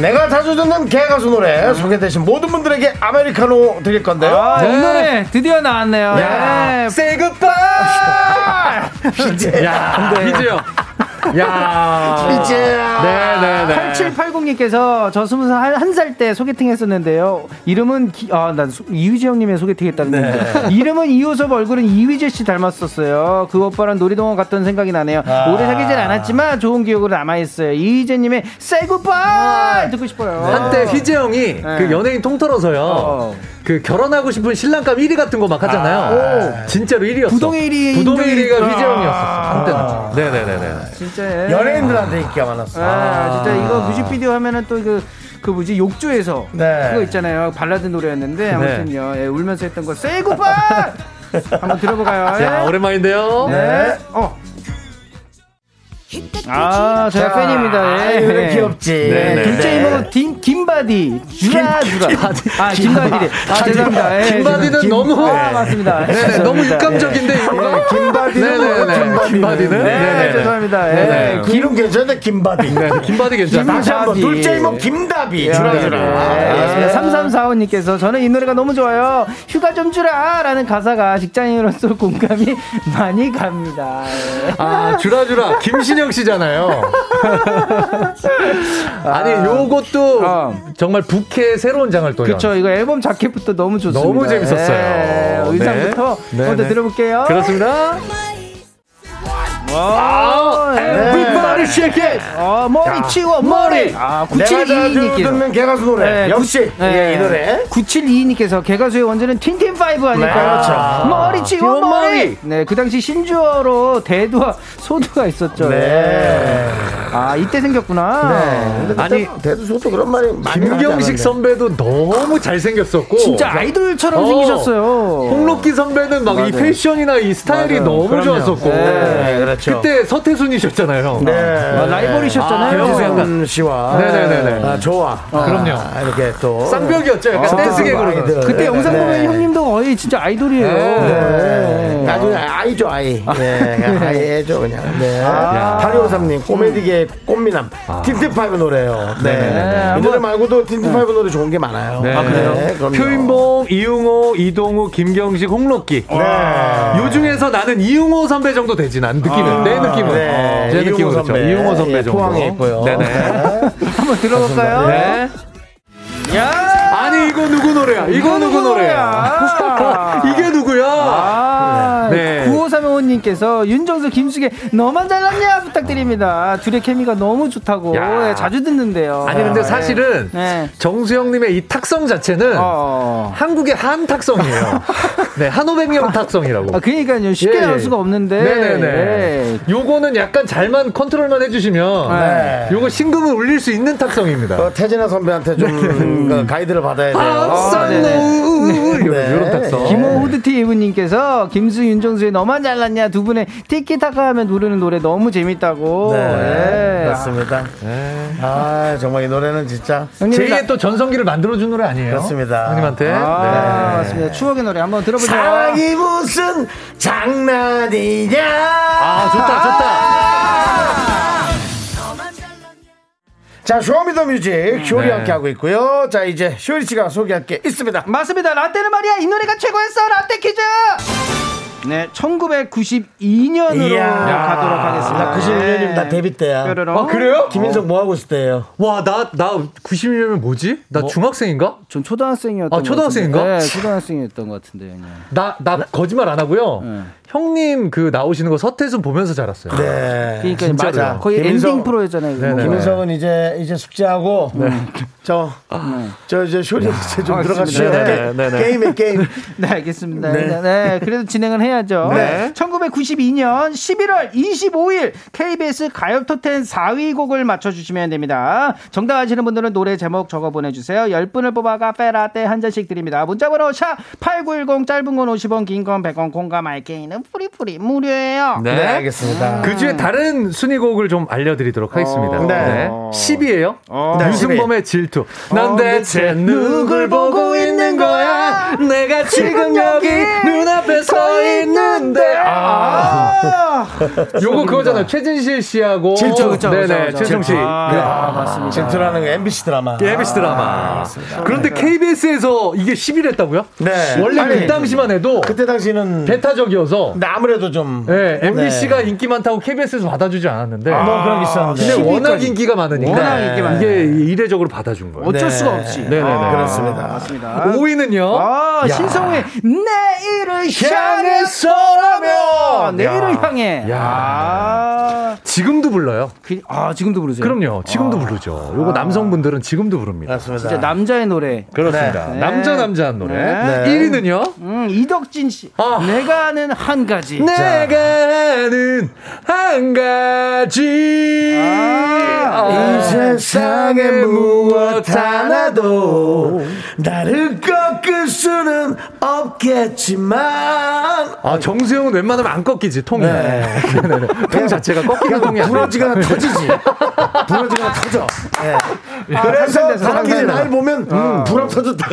Speaker 1: 내가 자주 듣는 개가수 노래 소개되신 모든 분들에게 아메리카노 드릴 건데요.
Speaker 6: 아,
Speaker 2: 네.
Speaker 6: 이 노래 드디어 나왔네요.
Speaker 1: 야.
Speaker 6: 네.
Speaker 2: Say goodbye!
Speaker 1: 네.
Speaker 2: 야,
Speaker 6: 아,
Speaker 2: 희재요. 야.
Speaker 1: 희재야.
Speaker 6: 네.
Speaker 2: 네네네.
Speaker 6: 8780님께서 저 스무 살한살 때 소개팅 했었는데요. 이름은 기- 아, 난 소- 이휘재형님의 소개팅
Speaker 2: 네.
Speaker 6: 했다는데 이름은 이호섭 얼굴은 이휘재 씨 닮았었어요. 그 오빠랑 놀이동원 갔던 생각이 나네요.
Speaker 2: 아.
Speaker 6: 오래 사귀진 않았지만 좋은 기억으로 남아 있어요. 이휘재님의 Say Goodbye 듣고 싶어요. 네.
Speaker 2: 한때 희재 형이 그 연예인 통틀어서요.
Speaker 6: 어.
Speaker 2: 그 결혼하고 싶은 신랑감 1위 같은 거 막 하잖아요. 진짜로 1위였어.
Speaker 6: 부동의 1위 인
Speaker 2: 부동의
Speaker 6: 적이
Speaker 2: 1위가
Speaker 6: 있구나. 아.
Speaker 2: 희재 형이었었어. 한때는. 네네네네.
Speaker 6: 진짜
Speaker 1: 연예인들한테 인기가 많았어.
Speaker 2: 아.
Speaker 6: 아, 진짜 이거 뮤직비디오 하면은 또 그 그 뭐지 욕조에서
Speaker 1: 네.
Speaker 6: 그거 있잖아요 발라드 노래였는데 아무튼요
Speaker 2: 네.
Speaker 6: 예, 울면서 했던 거 세이 굿바이 한번 들어볼까요? 예.
Speaker 2: 자, 오랜만인데요.
Speaker 6: 네. 어. 아, 제가
Speaker 1: 자,
Speaker 6: 팬입니다. 예.
Speaker 1: 아유, 왜 귀엽지?
Speaker 6: 네,
Speaker 1: 네, 네,
Speaker 6: 둘째
Speaker 1: 네.
Speaker 6: 이모 김 김바디 주라 주라. 아, 김바디래. 아, 죄송합니다. 예,
Speaker 2: 김바디는
Speaker 6: 죄송합니다.
Speaker 2: 너무-
Speaker 6: 아, 맞습니다.
Speaker 2: 네네, 너무
Speaker 6: 죄송합니다. 네.
Speaker 2: 입감적인데, 이거.
Speaker 1: 김바디는
Speaker 2: 네네네.
Speaker 1: 뭐가
Speaker 2: 김바디는?
Speaker 6: 예. 네,
Speaker 2: 네네.
Speaker 6: 죄송합니다. 예.
Speaker 2: 네네.
Speaker 1: 그 이름 괜찮은데 김바디.
Speaker 2: 네, 김바디 괜찮아.
Speaker 1: 다시 한번
Speaker 6: 김바디.
Speaker 1: 둘째 이모 아, 김다비.
Speaker 6: 네,
Speaker 2: 아.
Speaker 1: 주라주라.
Speaker 6: 네. 3345님께서 저는 이 노래가 너무 좋아요. 휴가 좀 주라! 라는 가사가 직장인으로서 공감이 많이 갑니다. 예.
Speaker 2: 아, 주라주라. 김신영 씨잖아요. 아니, 요것도
Speaker 6: 어.
Speaker 2: 정말 부캐 새로운 장을 또. 연.
Speaker 6: 그쵸, 이거 앨범 자켓부터 너무 좋습니다.
Speaker 2: 너무 재밌었어요.
Speaker 6: 예, 의상부터
Speaker 2: 네. 네,
Speaker 6: 먼저
Speaker 2: 네.
Speaker 6: 들어볼게요.
Speaker 2: 그렇습니다.
Speaker 6: 아,
Speaker 1: everybody
Speaker 6: shake it. 어, 머리 치워, 머리. 아,
Speaker 1: 내가 자주
Speaker 6: 9722님께서.
Speaker 1: 듣는 개가수 노래.
Speaker 6: 네,
Speaker 1: 역시
Speaker 6: 네.
Speaker 1: 예, 이 노래.
Speaker 6: 9722님께서 개가수의 원조는 틴틴파이브 아닐까요?
Speaker 1: 그렇죠.
Speaker 6: 머리 치워,
Speaker 2: 치워, 머리.
Speaker 6: 머리. 네, 그 당시 신주어로 대두와 소두가 있었죠.
Speaker 1: 네.
Speaker 6: 아, 이때 생겼구나.
Speaker 1: 아니 뭐 대도 소도 그런 말이 많이
Speaker 2: 김경식
Speaker 1: 하지
Speaker 2: 선배도 너무 잘생겼었고.
Speaker 6: 진짜 아이돌처럼
Speaker 2: 어.
Speaker 6: 생기셨어요.
Speaker 2: 홍록기 선배는 막 이 패션이나 이 스타일이 너무 좋았었고.
Speaker 1: 않았나요? 네, 그렇죠.
Speaker 2: 그때 서태순이셨잖아요.
Speaker 1: 네.
Speaker 6: 아, 라이벌이셨잖아요.
Speaker 2: 아, 그래서 약간
Speaker 1: 김지선 음, 씨와
Speaker 2: 네네네네.
Speaker 1: 아, 좋아.
Speaker 2: 그럼요.
Speaker 1: 아, 이렇게 또 어,
Speaker 2: 쌍벽이었죠. 약간
Speaker 1: 아,
Speaker 2: 댄스 개그로.
Speaker 6: 그때 영상 보면 형님도 거의 진짜 아이돌이에요.
Speaker 1: 어. 네. 나중에 아이죠 아이 네, 그냥 아이죠 그냥 네. 다리오삼님 코미디계 꽃미남
Speaker 2: 아.
Speaker 1: 틴틴파이브 노래요 네. 이 노래 말고도 틴틴파이브 노래 좋은 게 많아요 네. 그럼요.
Speaker 2: 표인봉, 이응호, 이동우, 김경식, 홍록기.
Speaker 1: 네.
Speaker 2: 요 중에서 나는 이응호 선배 정도 되진 않 느낌은 내 느낌은
Speaker 1: 아, 네.
Speaker 2: 제
Speaker 1: 이응호
Speaker 2: 느낌은 그렇죠.
Speaker 1: 선배.
Speaker 2: 이응호 선배
Speaker 1: 예,
Speaker 2: 정도.
Speaker 1: 포항에 있고요.
Speaker 2: 네네.
Speaker 6: 한번 들어볼까요?
Speaker 2: 네. 아니 이거 누구 노래야? 이거 누구 노래야? 이게 누구야?
Speaker 6: 아,
Speaker 2: 네.
Speaker 6: 9535님께서 윤정수 김숙의 너만 잘났냐 부탁드립니다. 둘의 케미가 너무 좋다고
Speaker 2: 야.
Speaker 6: 예, 자주 듣는데요.
Speaker 2: 아니 근데 사실은
Speaker 6: 네.
Speaker 2: 정수영님의 이 탁성 자체는
Speaker 6: 어.
Speaker 2: 한국의 한 탁성이에요. 네, 한오백령 탁성이라고.
Speaker 6: 아, 그러니까요. 쉽게
Speaker 2: 예,
Speaker 6: 나올
Speaker 2: 예.
Speaker 6: 수가 없는데.
Speaker 2: 네네네.
Speaker 6: 예.
Speaker 2: 요거는 약간 잘만 컨트롤만 해주시면
Speaker 1: 네.
Speaker 2: 요거 신금을 울릴 수 있는 탁성입니다.
Speaker 1: 어, 태진아 선배한테 좀 그 가이드를 받아야 돼요
Speaker 2: 네. 아싸
Speaker 6: 네.
Speaker 2: 노
Speaker 1: 네.
Speaker 2: 요런 탁성.
Speaker 6: 뭐 김호 후드티 이브님께서 김수 윤정수의 너만 잘났냐 두 분의 티키타카 하면 부르는 노래 너무 재밌다고.
Speaker 1: 네,
Speaker 6: 예.
Speaker 1: 그렇습니다.
Speaker 2: 네.
Speaker 1: 아, 정말 이 노래는 진짜.
Speaker 6: 형님, 나-
Speaker 2: 제2의 또 전성기를 만들어준 노래 아니에요?
Speaker 1: 그렇습니다.
Speaker 2: 형님한테. 네.
Speaker 6: 아, 맞습니다. 추억의 노래 한번 들어보죠.
Speaker 1: 사랑이 무슨 장난이냐! 아,
Speaker 2: 좋다,
Speaker 1: 자, 쇼미더 뮤직,
Speaker 6: 음.
Speaker 1: 쇼리
Speaker 6: 네.
Speaker 1: 함께 하고 있고요. 자, 이제 쇼리 씨가 소개할 게 있습니다.
Speaker 6: 맞습니다. 라떼는 말이야 이 노래가 최고였어. 라떼 퀴즈. 네, 1992년으로
Speaker 1: 이야.
Speaker 6: 네, 가도록 하겠습니다.
Speaker 1: 나
Speaker 6: 네.
Speaker 1: 91년이면 아, 그 다 어, 데뷔 때야. 아,
Speaker 6: 뾰로롱. 어.
Speaker 1: 김인석 뭐 하고 있을 때예요?
Speaker 2: 와, 나, 나 91년이면 뭐지? 나 중학생인가?
Speaker 6: 전 초등학생이었던
Speaker 2: 아, 초등학생인가?
Speaker 6: 것 같은데. 네, 초등학생이었던 것 같은데. 그냥.
Speaker 2: 나, 나 거짓말 안 하고요. 형님 그 나오시는 거 서태순 보면서 자랐어요.
Speaker 1: 네.
Speaker 6: 그러니까
Speaker 1: 진짜로.
Speaker 6: 맞아. 거의
Speaker 1: 김인석-
Speaker 6: 엔딩 프로였잖아요. 그거.
Speaker 2: 네네.
Speaker 1: 김인석은 이제 이제 숙제하고
Speaker 6: 네.
Speaker 1: 저저
Speaker 6: 아.
Speaker 1: 이제 쇼리 이제 좀 들어가 주세요.
Speaker 2: 네네, 네네.
Speaker 1: 게임에 게임.
Speaker 6: 네, 알겠습니다. 네. 네, 그래도 진행은 해야죠.
Speaker 1: 네.
Speaker 6: 1992년 11월 25일 KBS 가요 토텐 4위 곡을 맞춰주시면 됩니다. 정답 아시는 분들은 노래 제목 적어 보내주세요. 10분을 뽑아 카페라떼 한 잔씩 드립니다. 문자번호 샵8910 짧은 건 50원, 긴 건 100원, 공감 알게이는 프리프리 무료예요.
Speaker 1: 네, 알겠습니다.
Speaker 2: 그 중에 다른 순위곡을 좀 알려드리도록 하겠습니다.
Speaker 1: 네.
Speaker 2: 10위에요.
Speaker 1: 네,
Speaker 2: 유승범의 질투. 난 대체 누굴 보고 있는 거야? 내가 지금 여기 눈앞에 서 있는데. 아. 요거 그거잖아요. 최진실 씨하고.
Speaker 1: 질투, 그쵸,
Speaker 2: 네네.
Speaker 1: 그쵸, 그쵸.
Speaker 2: 최성 씨.
Speaker 1: 아, 맞습니다. 지금 들어가는 거 MBC 드라마.
Speaker 2: 예, MBC 드라마. 그런데 KBS에서 이게 10일 했다고요?
Speaker 1: 네.
Speaker 2: 원래
Speaker 1: 아니,
Speaker 2: 그 당시만 해도
Speaker 1: 그때 당시는
Speaker 2: 배타적이어서
Speaker 1: 근데 아무래도 좀
Speaker 2: 예, MBC가
Speaker 1: 네.
Speaker 2: 인기 많다고 KBS에서 받아주지 않았는데
Speaker 1: 뭐 그런 게 있었는데.
Speaker 2: 근데 워낙
Speaker 1: 네.
Speaker 2: 인기가 많으니까
Speaker 1: 워낙 인기가
Speaker 2: 이게 이례적으로 받아준 거예요.
Speaker 6: 어쩔 수가 없지.
Speaker 2: 네네네.
Speaker 1: 아, 그렇습니다.
Speaker 6: 맞습니다.
Speaker 2: 5위는요.
Speaker 6: 아, 신성우의 내일을 향해서라면 내일을 향해.
Speaker 2: 야.
Speaker 6: 아,
Speaker 2: 지금도 불러요.
Speaker 6: 그, 아 지금도 부르세요?
Speaker 2: 그럼요.
Speaker 1: 아.
Speaker 2: 지금도 부르죠. 요거 남성분들은 지금도 부릅니다.
Speaker 1: 그렇습니다.
Speaker 6: 진짜 남자의 노래.
Speaker 1: 네.
Speaker 2: 그렇습니다. 남자 남자한 노래.
Speaker 6: 네.
Speaker 2: 1위는요.
Speaker 6: 음, 이덕진 씨.
Speaker 2: 아.
Speaker 6: 내가 아는 한 가지.
Speaker 1: 네.
Speaker 2: 네, 내가 아는 한 가지.
Speaker 6: 아,
Speaker 1: 이 세상에 무엇 하나도 나를 꺾을 수는 없겠지만
Speaker 2: 아, 정수영은 웬만하면 안 꺾이지, 통이. 네. 네네. 통 자체가 꺾이는 통이
Speaker 1: 그냥 그러니까
Speaker 2: 아니라.
Speaker 1: 부러지거나 터지지 부러지거나 터져 예. 그래서
Speaker 6: 상상돼서,
Speaker 1: 사람들이
Speaker 6: 상상돼서.
Speaker 1: 날 보면 음, 부러 터졌다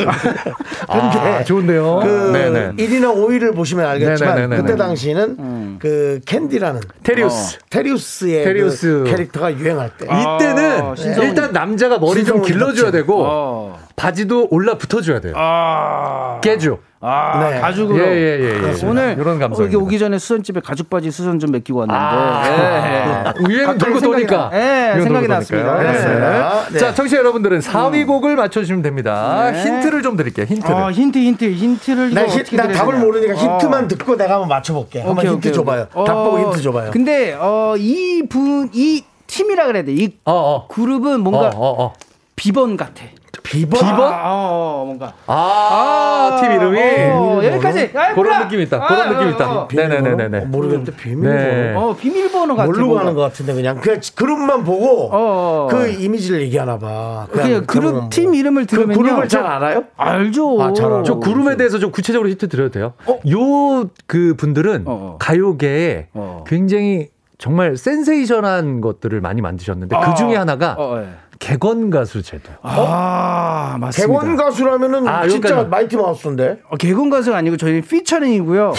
Speaker 2: 아, 좋은데요.
Speaker 1: 그
Speaker 2: 네네.
Speaker 1: 1위나 5위를 보시면 알겠지만
Speaker 2: 네네네네네.
Speaker 1: 그때 당시는 그 캔디라는
Speaker 2: 테리우스.
Speaker 1: 테리우스의
Speaker 2: 테리우스.
Speaker 1: 그 캐릭터가 유행할 때
Speaker 2: 이때는 일단 남자가 머리 좀
Speaker 1: 아, 신성훈이
Speaker 2: 길러줘야
Speaker 1: 덮친.
Speaker 2: 되고
Speaker 4: 어.
Speaker 2: 바지도 올라 붙어줘야 돼요.
Speaker 4: 아.
Speaker 2: 깨줘.
Speaker 4: 아,
Speaker 1: 네.
Speaker 4: 가죽으로.
Speaker 2: 예예예. 예, 예.
Speaker 6: 오늘 어,
Speaker 2: 이런 감성.
Speaker 6: 여기 오기 전에 수선집에 가죽 바지 수선 좀 맡기고 왔는데.
Speaker 2: 아, 위에는 돌고
Speaker 6: 생각이
Speaker 1: 아.
Speaker 2: 도니까.
Speaker 6: 나- 예,
Speaker 2: 위에는
Speaker 6: 생각이
Speaker 2: 돌고
Speaker 6: 났습니다.
Speaker 2: 도니까요.
Speaker 1: 그렇습니다. 네.
Speaker 2: 자, 청취자 여러분들은 4위 곡을 맞춰주시면 됩니다.
Speaker 6: 아, 음. 네.
Speaker 2: 힌트를 좀 드릴게요, 힌트를.
Speaker 6: 아, 힌트 힌트 힌트를 이거
Speaker 1: 나, 히,
Speaker 6: 어떻게
Speaker 1: 나
Speaker 6: 드려야
Speaker 1: 답을
Speaker 6: 되나?
Speaker 1: 모르니까
Speaker 6: 어.
Speaker 1: 힌트만 듣고 내가 한번 맞춰볼게. 한번
Speaker 6: 오케이,
Speaker 1: 힌트
Speaker 6: 오케이,
Speaker 1: 줘봐요.
Speaker 6: 오케이.
Speaker 1: 답 보고
Speaker 6: 어,
Speaker 1: 힌트 줘봐요.
Speaker 6: 근데 어, 이분 이 팀이라 그래야 돼. 이
Speaker 2: 어, 어.
Speaker 6: 그룹은
Speaker 2: 어,
Speaker 6: 뭔가
Speaker 2: 어, 어.
Speaker 6: 비번 같아.
Speaker 1: 비번?
Speaker 6: 아, 어, 어, 뭔가.
Speaker 2: 아, 팀 이름이. 음.
Speaker 6: 어, 여기까지. 아,
Speaker 2: 그런
Speaker 6: 몰라.
Speaker 2: 느낌 있다.
Speaker 6: 아,
Speaker 2: 그런 느낌
Speaker 6: 어,
Speaker 2: 있다.
Speaker 6: 어.
Speaker 2: 네네네네.
Speaker 1: 어, 모르겠는데 비밀번호.
Speaker 2: 네.
Speaker 6: 어, 비밀번호 같아.
Speaker 1: 모르고
Speaker 6: 뭔가.
Speaker 1: 하는 것 같은데 그냥 그냥 그룹만 보고
Speaker 6: 어, 어.
Speaker 1: 그 이미지를 얘기하나 봐.
Speaker 6: 그냥 그룹 팀 이름을 들으면요. 어,
Speaker 1: 그룹을 잘 알아요?
Speaker 6: 알죠.
Speaker 1: 아, 잘 알아.
Speaker 2: 저 그룹에 대해서 좀 구체적으로 힌트 드려도 돼요? 요 그 분들은
Speaker 6: 어.
Speaker 2: 가요계에
Speaker 6: 어.
Speaker 2: 굉장히 정말 센세이션한 것들을 많이 만드셨는데 그 중에 하나가
Speaker 6: 어, 예.
Speaker 2: 개건 가수 제도.
Speaker 6: 아, 맞습니다.
Speaker 1: 개원 가수라면은
Speaker 2: 아,
Speaker 1: 진짜
Speaker 2: 여기까지.
Speaker 1: 마이티 마우스인데.
Speaker 6: 어, 개건 가수가 아니고 저희는 피처링이고요.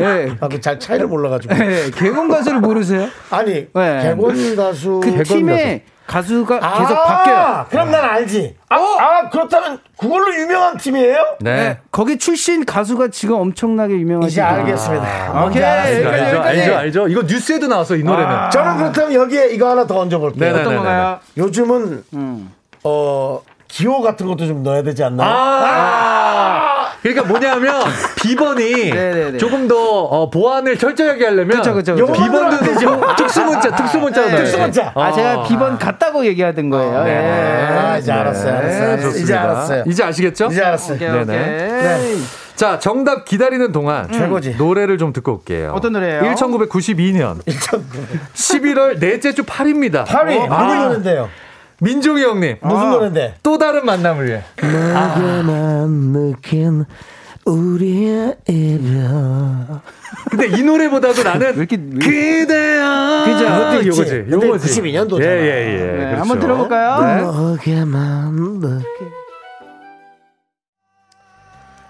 Speaker 6: 예.
Speaker 1: 아, 그 잘 차이를 몰라가지고.
Speaker 6: 예, 개건 가수를 모르세요?
Speaker 1: 아니
Speaker 6: 네.
Speaker 1: 개원 가수. 아,
Speaker 6: 그 팀의 가수가 아! 계속 바뀌어요.
Speaker 1: 그럼 난 알지. 아,
Speaker 2: 어?
Speaker 1: 아 그렇다면 그걸로 유명한 팀이에요?
Speaker 2: 네.
Speaker 6: 예. 거기 출신 가수가 지금 엄청나게 유명하죠.
Speaker 1: 이제 알겠습니다. 뭔지
Speaker 6: 아,
Speaker 1: 아.
Speaker 6: 오케이.
Speaker 1: 알았어요.
Speaker 2: 알죠, 알죠,
Speaker 6: 여기까지.
Speaker 2: 알죠, 알죠. 이거 뉴스에도 나왔어, 이 노래는.
Speaker 1: 저는 그렇다면 여기에 이거 하나 더 얹어볼게요.
Speaker 2: 네네네.
Speaker 6: 어떤 건가요?
Speaker 1: 요즘은
Speaker 6: 음.
Speaker 1: 어 기호 같은 것도 좀 넣어야 되지 않나?
Speaker 2: 아,
Speaker 1: 요
Speaker 2: 그러니까 뭐냐면 비번이
Speaker 6: 네네네.
Speaker 2: 조금 더 어, 보안을 철저하게 하려면
Speaker 6: 그쵸, 그쵸, 그쵸.
Speaker 2: 비번도 되죠. 특수 문자, 특수 문자로 넣어야 돼.
Speaker 1: 특수 문자.
Speaker 6: 아, 제가 비번 같다고 얘기하던 거예요. 예.
Speaker 1: 아, 이제 알았어요. 알았어요. 이제
Speaker 2: 네. 좋습니다.
Speaker 1: 알았어요.
Speaker 2: 이제 아시겠죠?
Speaker 1: 이제 알았어요.
Speaker 6: 오케이,
Speaker 2: 네네.
Speaker 6: 오케이.
Speaker 2: 자, 정답 기다리는 동안
Speaker 1: 최고지.
Speaker 2: 노래를 좀 듣고 올게요.
Speaker 6: 어떤 노래예요?
Speaker 2: 1992년 11월 넷째 주 8입니다.
Speaker 1: 8위 어, 누구
Speaker 2: 아.
Speaker 1: 노래인데요?
Speaker 2: 민종이 형님.
Speaker 6: 어.
Speaker 1: 무슨 노래인데?
Speaker 2: 또 다른 만남을 위해. 아.
Speaker 1: 내게만 느낀 우리의 이별.
Speaker 2: 근데 이 노래보다도 나는
Speaker 6: 이렇게-
Speaker 2: 그대야.
Speaker 6: 그죠?
Speaker 2: 이것도
Speaker 1: 있지.
Speaker 2: 이거지.
Speaker 1: 근데
Speaker 2: 요거지.
Speaker 1: 92 년도잖아.
Speaker 2: 예, 예, 예.
Speaker 6: 네,
Speaker 2: 그렇죠.
Speaker 6: 한번 들어볼까요?
Speaker 1: 너게만 느낀.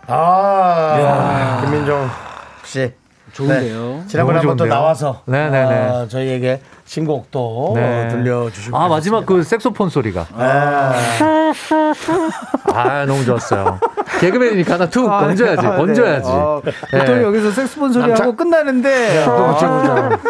Speaker 1: 아, 김민종 씨. 좋은데요. 지난번에
Speaker 2: 너무
Speaker 1: 한번 또
Speaker 2: 좋은데요?
Speaker 1: 나와서
Speaker 2: 네네네.
Speaker 1: 아, 저희에게 신곡도
Speaker 2: 네.
Speaker 1: 들려주시고.
Speaker 2: 아, 마지막 그 색소폰 소리가. 아, 너무 좋았어요. 개그맨이니까 하나
Speaker 6: 아,
Speaker 2: 툭 얹어야지. 얹어야지.
Speaker 6: 네. 어, 보통
Speaker 2: 예.
Speaker 6: 여기서 색스폰 소리하고
Speaker 1: 남자-
Speaker 6: 끝나는데.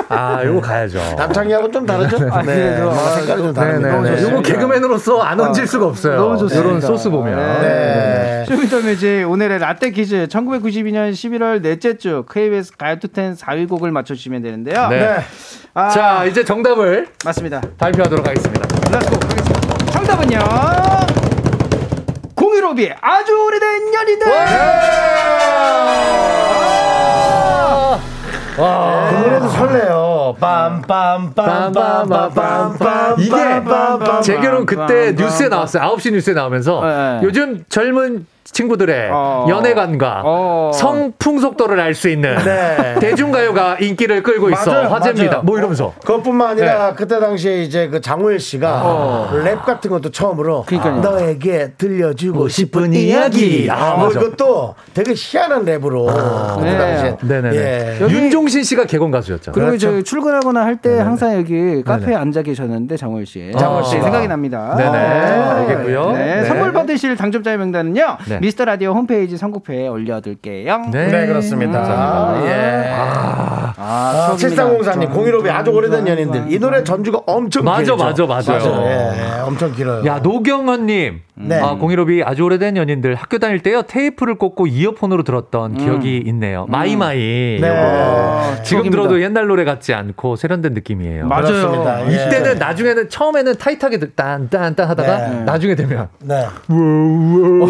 Speaker 2: 아, 요거 가야죠.
Speaker 1: 남창희하고 좀 다르죠? 네,
Speaker 6: 그래도,
Speaker 1: 뭔가 색깔이 좀 다릅니다.
Speaker 2: 네네. 요거 개그맨으로서 안 얹을 수가 없어요.
Speaker 6: 아, 너무 좋습니다.
Speaker 2: 요런 소스 보면.
Speaker 1: 네.
Speaker 6: 좀 이따 이제 오늘의 라떼 퀴즈 1992년 11월 넷째 주 KBS 가요투텐 4위 곡을 맞춰주시면 되는데요.
Speaker 2: 네.
Speaker 6: 아,
Speaker 2: 자, 이제 정답을
Speaker 6: 맞습니다.
Speaker 2: 발표하도록 하겠습니다.
Speaker 6: 렛츠고 가겠습니다. 정답은요. 공유로비 아주 오래된 연인들.
Speaker 1: 그 노래도 설레요. 빰빰빰빰빰빰빰빰.
Speaker 2: 이게 제 결혼 그때
Speaker 6: 빰, 빰,
Speaker 2: 뉴스에
Speaker 6: 빰.
Speaker 2: 나왔어요. 9시 뉴스에 나오면서
Speaker 6: 네.
Speaker 2: 요즘 젊은 친구들의
Speaker 6: 어.
Speaker 2: 연애관과
Speaker 6: 어.
Speaker 2: 성풍속도를 알 수 있는
Speaker 1: 네.
Speaker 2: 대중가요가 인기를 끌고 있어
Speaker 1: 맞아요,
Speaker 2: 화제입니다.
Speaker 1: 맞아요.
Speaker 2: 뭐 이러면서
Speaker 1: 그것뿐만 아니라 그때 당시에 이제 그 장호일 씨가 랩 같은 것도 처음으로
Speaker 6: 그러니까요.
Speaker 1: 너에게 들려주고 싶은
Speaker 2: 싶은
Speaker 1: 이야기.
Speaker 2: 이야기. 아,
Speaker 1: 뭐
Speaker 2: 맞아.
Speaker 1: 이것도 되게 희한한 랩으로 그때
Speaker 6: 네.
Speaker 1: 당시에.
Speaker 2: 네네네.
Speaker 1: 예.
Speaker 6: 여기-
Speaker 2: 윤종신 씨가 개건 가수였잖아요.
Speaker 6: 그리고 이제 출근하거나 할 때 항상 여기 카페에 앉아 계셨는데 장월 씨. 장월 씨 생각이 납니다.
Speaker 2: 네네 알겠고요.
Speaker 6: 아, 네, 선물 받으실 당첨자의 명단은요.
Speaker 2: 네.
Speaker 6: 미스터 라디오 홈페이지 선곡표에 올려둘게요.
Speaker 2: 네.
Speaker 1: 네, 그렇습니다. 예. 아, 7304님, 공일오비 아주 오래된 연인들. 이 노래 전주가 엄청
Speaker 2: 맞아,
Speaker 1: 길죠.
Speaker 2: 맞아, 맞아요.
Speaker 1: 예, 엄청 길어요.
Speaker 2: 야 노경헌님
Speaker 1: 네.
Speaker 2: 아, 015비 아주 오래된 연인들 학교 다닐 때요 테이프를 꽂고 이어폰으로 들었던 기억이 있네요. 마이마이.
Speaker 1: 네.
Speaker 2: 요거. 지금
Speaker 6: 추억입니다.
Speaker 2: 들어도 옛날 노래 같지 않고 세련된 느낌이에요. 네.
Speaker 6: 맞아요.
Speaker 1: 그렇습니다. 예.
Speaker 2: 이때는 나중에는 처음에는 타이트하게 딴딴딴 하다가
Speaker 1: 네.
Speaker 2: 나중에 되면
Speaker 1: 네.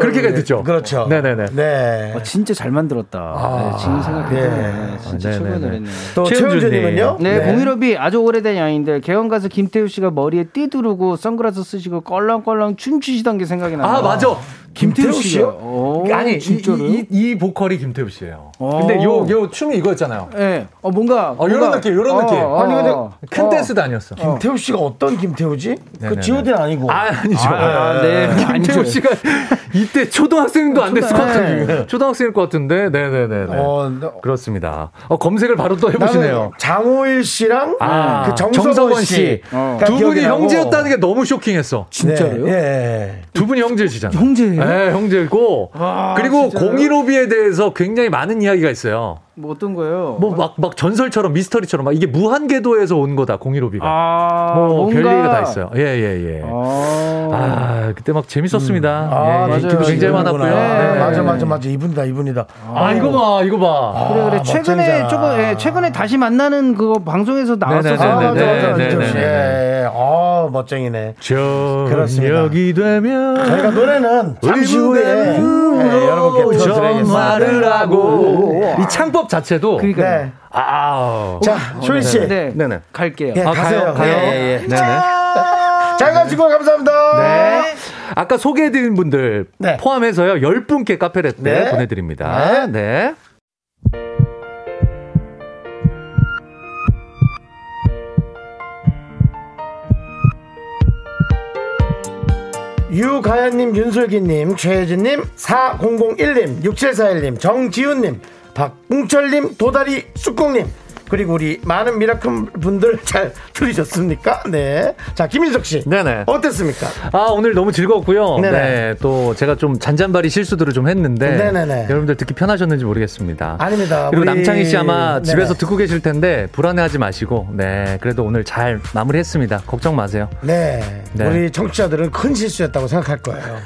Speaker 2: 그렇게까지 듣죠.
Speaker 1: 그렇죠.
Speaker 2: 네네네.
Speaker 1: 네.
Speaker 6: 어, 진짜 잘 만들었다. 네, 지금 생각해보면
Speaker 1: 예.
Speaker 6: 진짜
Speaker 2: 아,
Speaker 6: 최고의
Speaker 2: 네네네.
Speaker 6: 노래네요.
Speaker 1: 또
Speaker 2: 최은주님.
Speaker 1: 최은주님은요?
Speaker 6: 네, 공일업이 아주 오래된 연인들 개원 가서 김태우 씨가 머리에 띠 두르고 선글라스 쓰시고 껄렁껄렁 춤추시던 게 생각이 나요.
Speaker 2: 아 맞아.
Speaker 6: 김태우
Speaker 2: 씨요?
Speaker 6: 씨요? 어. 오,
Speaker 2: 아니 이-
Speaker 6: 진짜로요?
Speaker 2: 이, 이 보컬이 김태우 씨예요.
Speaker 6: 오.
Speaker 2: 근데 요 요 춤이 이거였잖아요.
Speaker 6: 예. 어 뭔가
Speaker 2: 어, 요런 느낌, 요런 느낌.
Speaker 1: 아니, 근데
Speaker 2: 큰
Speaker 6: 어.
Speaker 2: 댄스도 아니었어.
Speaker 1: 김태우 씨가 어떤 김태우지? 그
Speaker 2: 네네네.
Speaker 1: 지오디는 아니고.
Speaker 2: 아, 아니죠.
Speaker 6: 아, 네.
Speaker 2: 김태우 씨가 이때 초등학생도 안 됐을 것 같은데. 초등학생일 것 같은데. 네네네.
Speaker 1: 어, 나-
Speaker 2: 그렇습니다. 어, 검색을 바로 또
Speaker 1: 나는
Speaker 2: 해보시네요.
Speaker 1: 장호일 씨랑
Speaker 2: 아,
Speaker 1: 그 정석원,
Speaker 2: 정석원
Speaker 1: 씨.
Speaker 2: 씨.
Speaker 1: 어.
Speaker 2: 두 분이 형제였다는 게 너무 쇼킹했어.
Speaker 1: 진짜로요? 네. 예.
Speaker 2: 두 분이 형제시잖아.
Speaker 6: 형제예요?
Speaker 2: 네, 형제고.
Speaker 1: 아,
Speaker 2: 그리고 015B에 대해서 굉장히 많은 이야기가 있어요.
Speaker 6: 뭐 어떤 거예요?
Speaker 1: 아.
Speaker 2: 뭐 막 막 전설처럼 미스터리처럼 막 이게 무한궤도에서 온 거다 015B가.
Speaker 6: 아,
Speaker 2: 뭐
Speaker 6: 뭔가-
Speaker 2: 별얘기가 다 있어요. 예, 예, 예.
Speaker 6: 아,
Speaker 2: 아, 그때 막 재밌었습니다.
Speaker 1: 아,
Speaker 2: 예,
Speaker 1: 맞아요.
Speaker 2: 인기도 굉장히 많았고요.
Speaker 1: 네.
Speaker 2: 네.
Speaker 1: 맞아, 맞아, 맞아. 이분이다, 이분이다.
Speaker 2: 아, 이거 봐, 이거 봐.
Speaker 6: 그래 그래
Speaker 1: 아,
Speaker 6: 최근에
Speaker 1: 멋쟁이잖아.
Speaker 6: 조금 예, 최근에 다시 만나는 그거 방송에서
Speaker 1: 아,
Speaker 2: 네네네.
Speaker 6: 나왔었어요.
Speaker 1: 맞아, 맞아,
Speaker 2: 네,
Speaker 1: 김태우 씨.
Speaker 2: 네, 네,
Speaker 1: 예, 예. 아, 멋쟁이네. 그렇습니다.
Speaker 2: 저녁이 되면
Speaker 1: 저희가 노래는 잠시 후에 예, 여러분께
Speaker 2: 의문으로
Speaker 1: 부탁드리겠습니다.
Speaker 2: 전화를 하고 이 창법 자체도
Speaker 1: 네.
Speaker 2: 아.
Speaker 1: 자, 효린 씨.
Speaker 6: 네.
Speaker 2: 네네.
Speaker 6: 갈게요.
Speaker 1: 예,
Speaker 2: 아,
Speaker 1: 가세요.
Speaker 2: 가요,
Speaker 1: 예,
Speaker 2: 가요.
Speaker 1: 예, 예.
Speaker 2: 네네.
Speaker 1: 잘 가시고 감사합니다.
Speaker 2: 네. 아까 소개해드린 분들
Speaker 1: 네.
Speaker 2: 포함해서요, 10분께 카페레트
Speaker 1: 네. 네.
Speaker 2: 보내드립니다. 네.
Speaker 1: 유가연님, 윤솔기님, 최혜진님, 4001님, 6741님, 정지훈님, 박웅철님, 도다리 쑥공님, 그리고 우리 많은 미라클 분들 잘 들으셨습니까? 네. 자, 김인석 씨.
Speaker 2: 네네.
Speaker 1: 어땠습니까?
Speaker 2: 아, 오늘 너무 즐거웠고요.
Speaker 1: 네네.
Speaker 2: 네. 또 제가 좀 잔잔바리 실수들을 좀 했는데.
Speaker 1: 네네네.
Speaker 2: 여러분들 듣기 편하셨는지 모르겠습니다.
Speaker 1: 아닙니다.
Speaker 2: 그리고
Speaker 1: 우리-
Speaker 2: 남창희 씨 아마
Speaker 1: 네네.
Speaker 2: 집에서 듣고 계실 텐데 불안해하지 마시고. 네. 그래도 오늘 잘 마무리했습니다. 걱정 마세요.
Speaker 1: 네.
Speaker 2: 네.
Speaker 1: 우리 청취자들은 큰 실수였다고 생각할 거예요.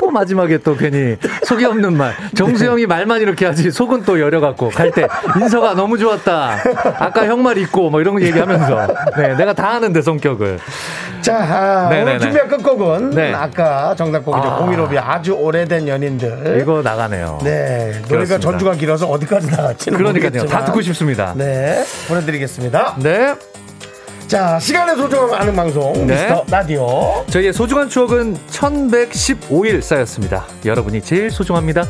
Speaker 2: 또 마지막에 또 괜히 속이 없는 말. 정수영이 말만 이렇게 하지 속은 또 여려갖고 갈 때 인서가 너무 좋았다. 아까 형 말 있고 뭐 이런 거 얘기하면서 네 내가 다 아는데 성격을
Speaker 1: 자, 아,
Speaker 2: 네네네.
Speaker 1: 오늘 준비한 끝곡은
Speaker 2: 네.
Speaker 1: 아까 정답곡이죠.
Speaker 2: 아.
Speaker 1: 공일오비 아주 오래된 연인들.
Speaker 2: 이거 나가네요.
Speaker 1: 네. 노래가
Speaker 2: 그렇습니다.
Speaker 1: 전주가 길어서 어디까지 나갈지는
Speaker 2: 그러니까요.
Speaker 1: 모르겠지만.
Speaker 2: 다 듣고 싶습니다. 네.
Speaker 1: 네. 보내드리겠습니다. 자, 시간의 소중함 아는 방송
Speaker 2: 네.
Speaker 1: 미스터 라디오.
Speaker 2: 저희의 소중한 추억은 1115일 쌓였습니다. 여러분이 제일 소중합니다.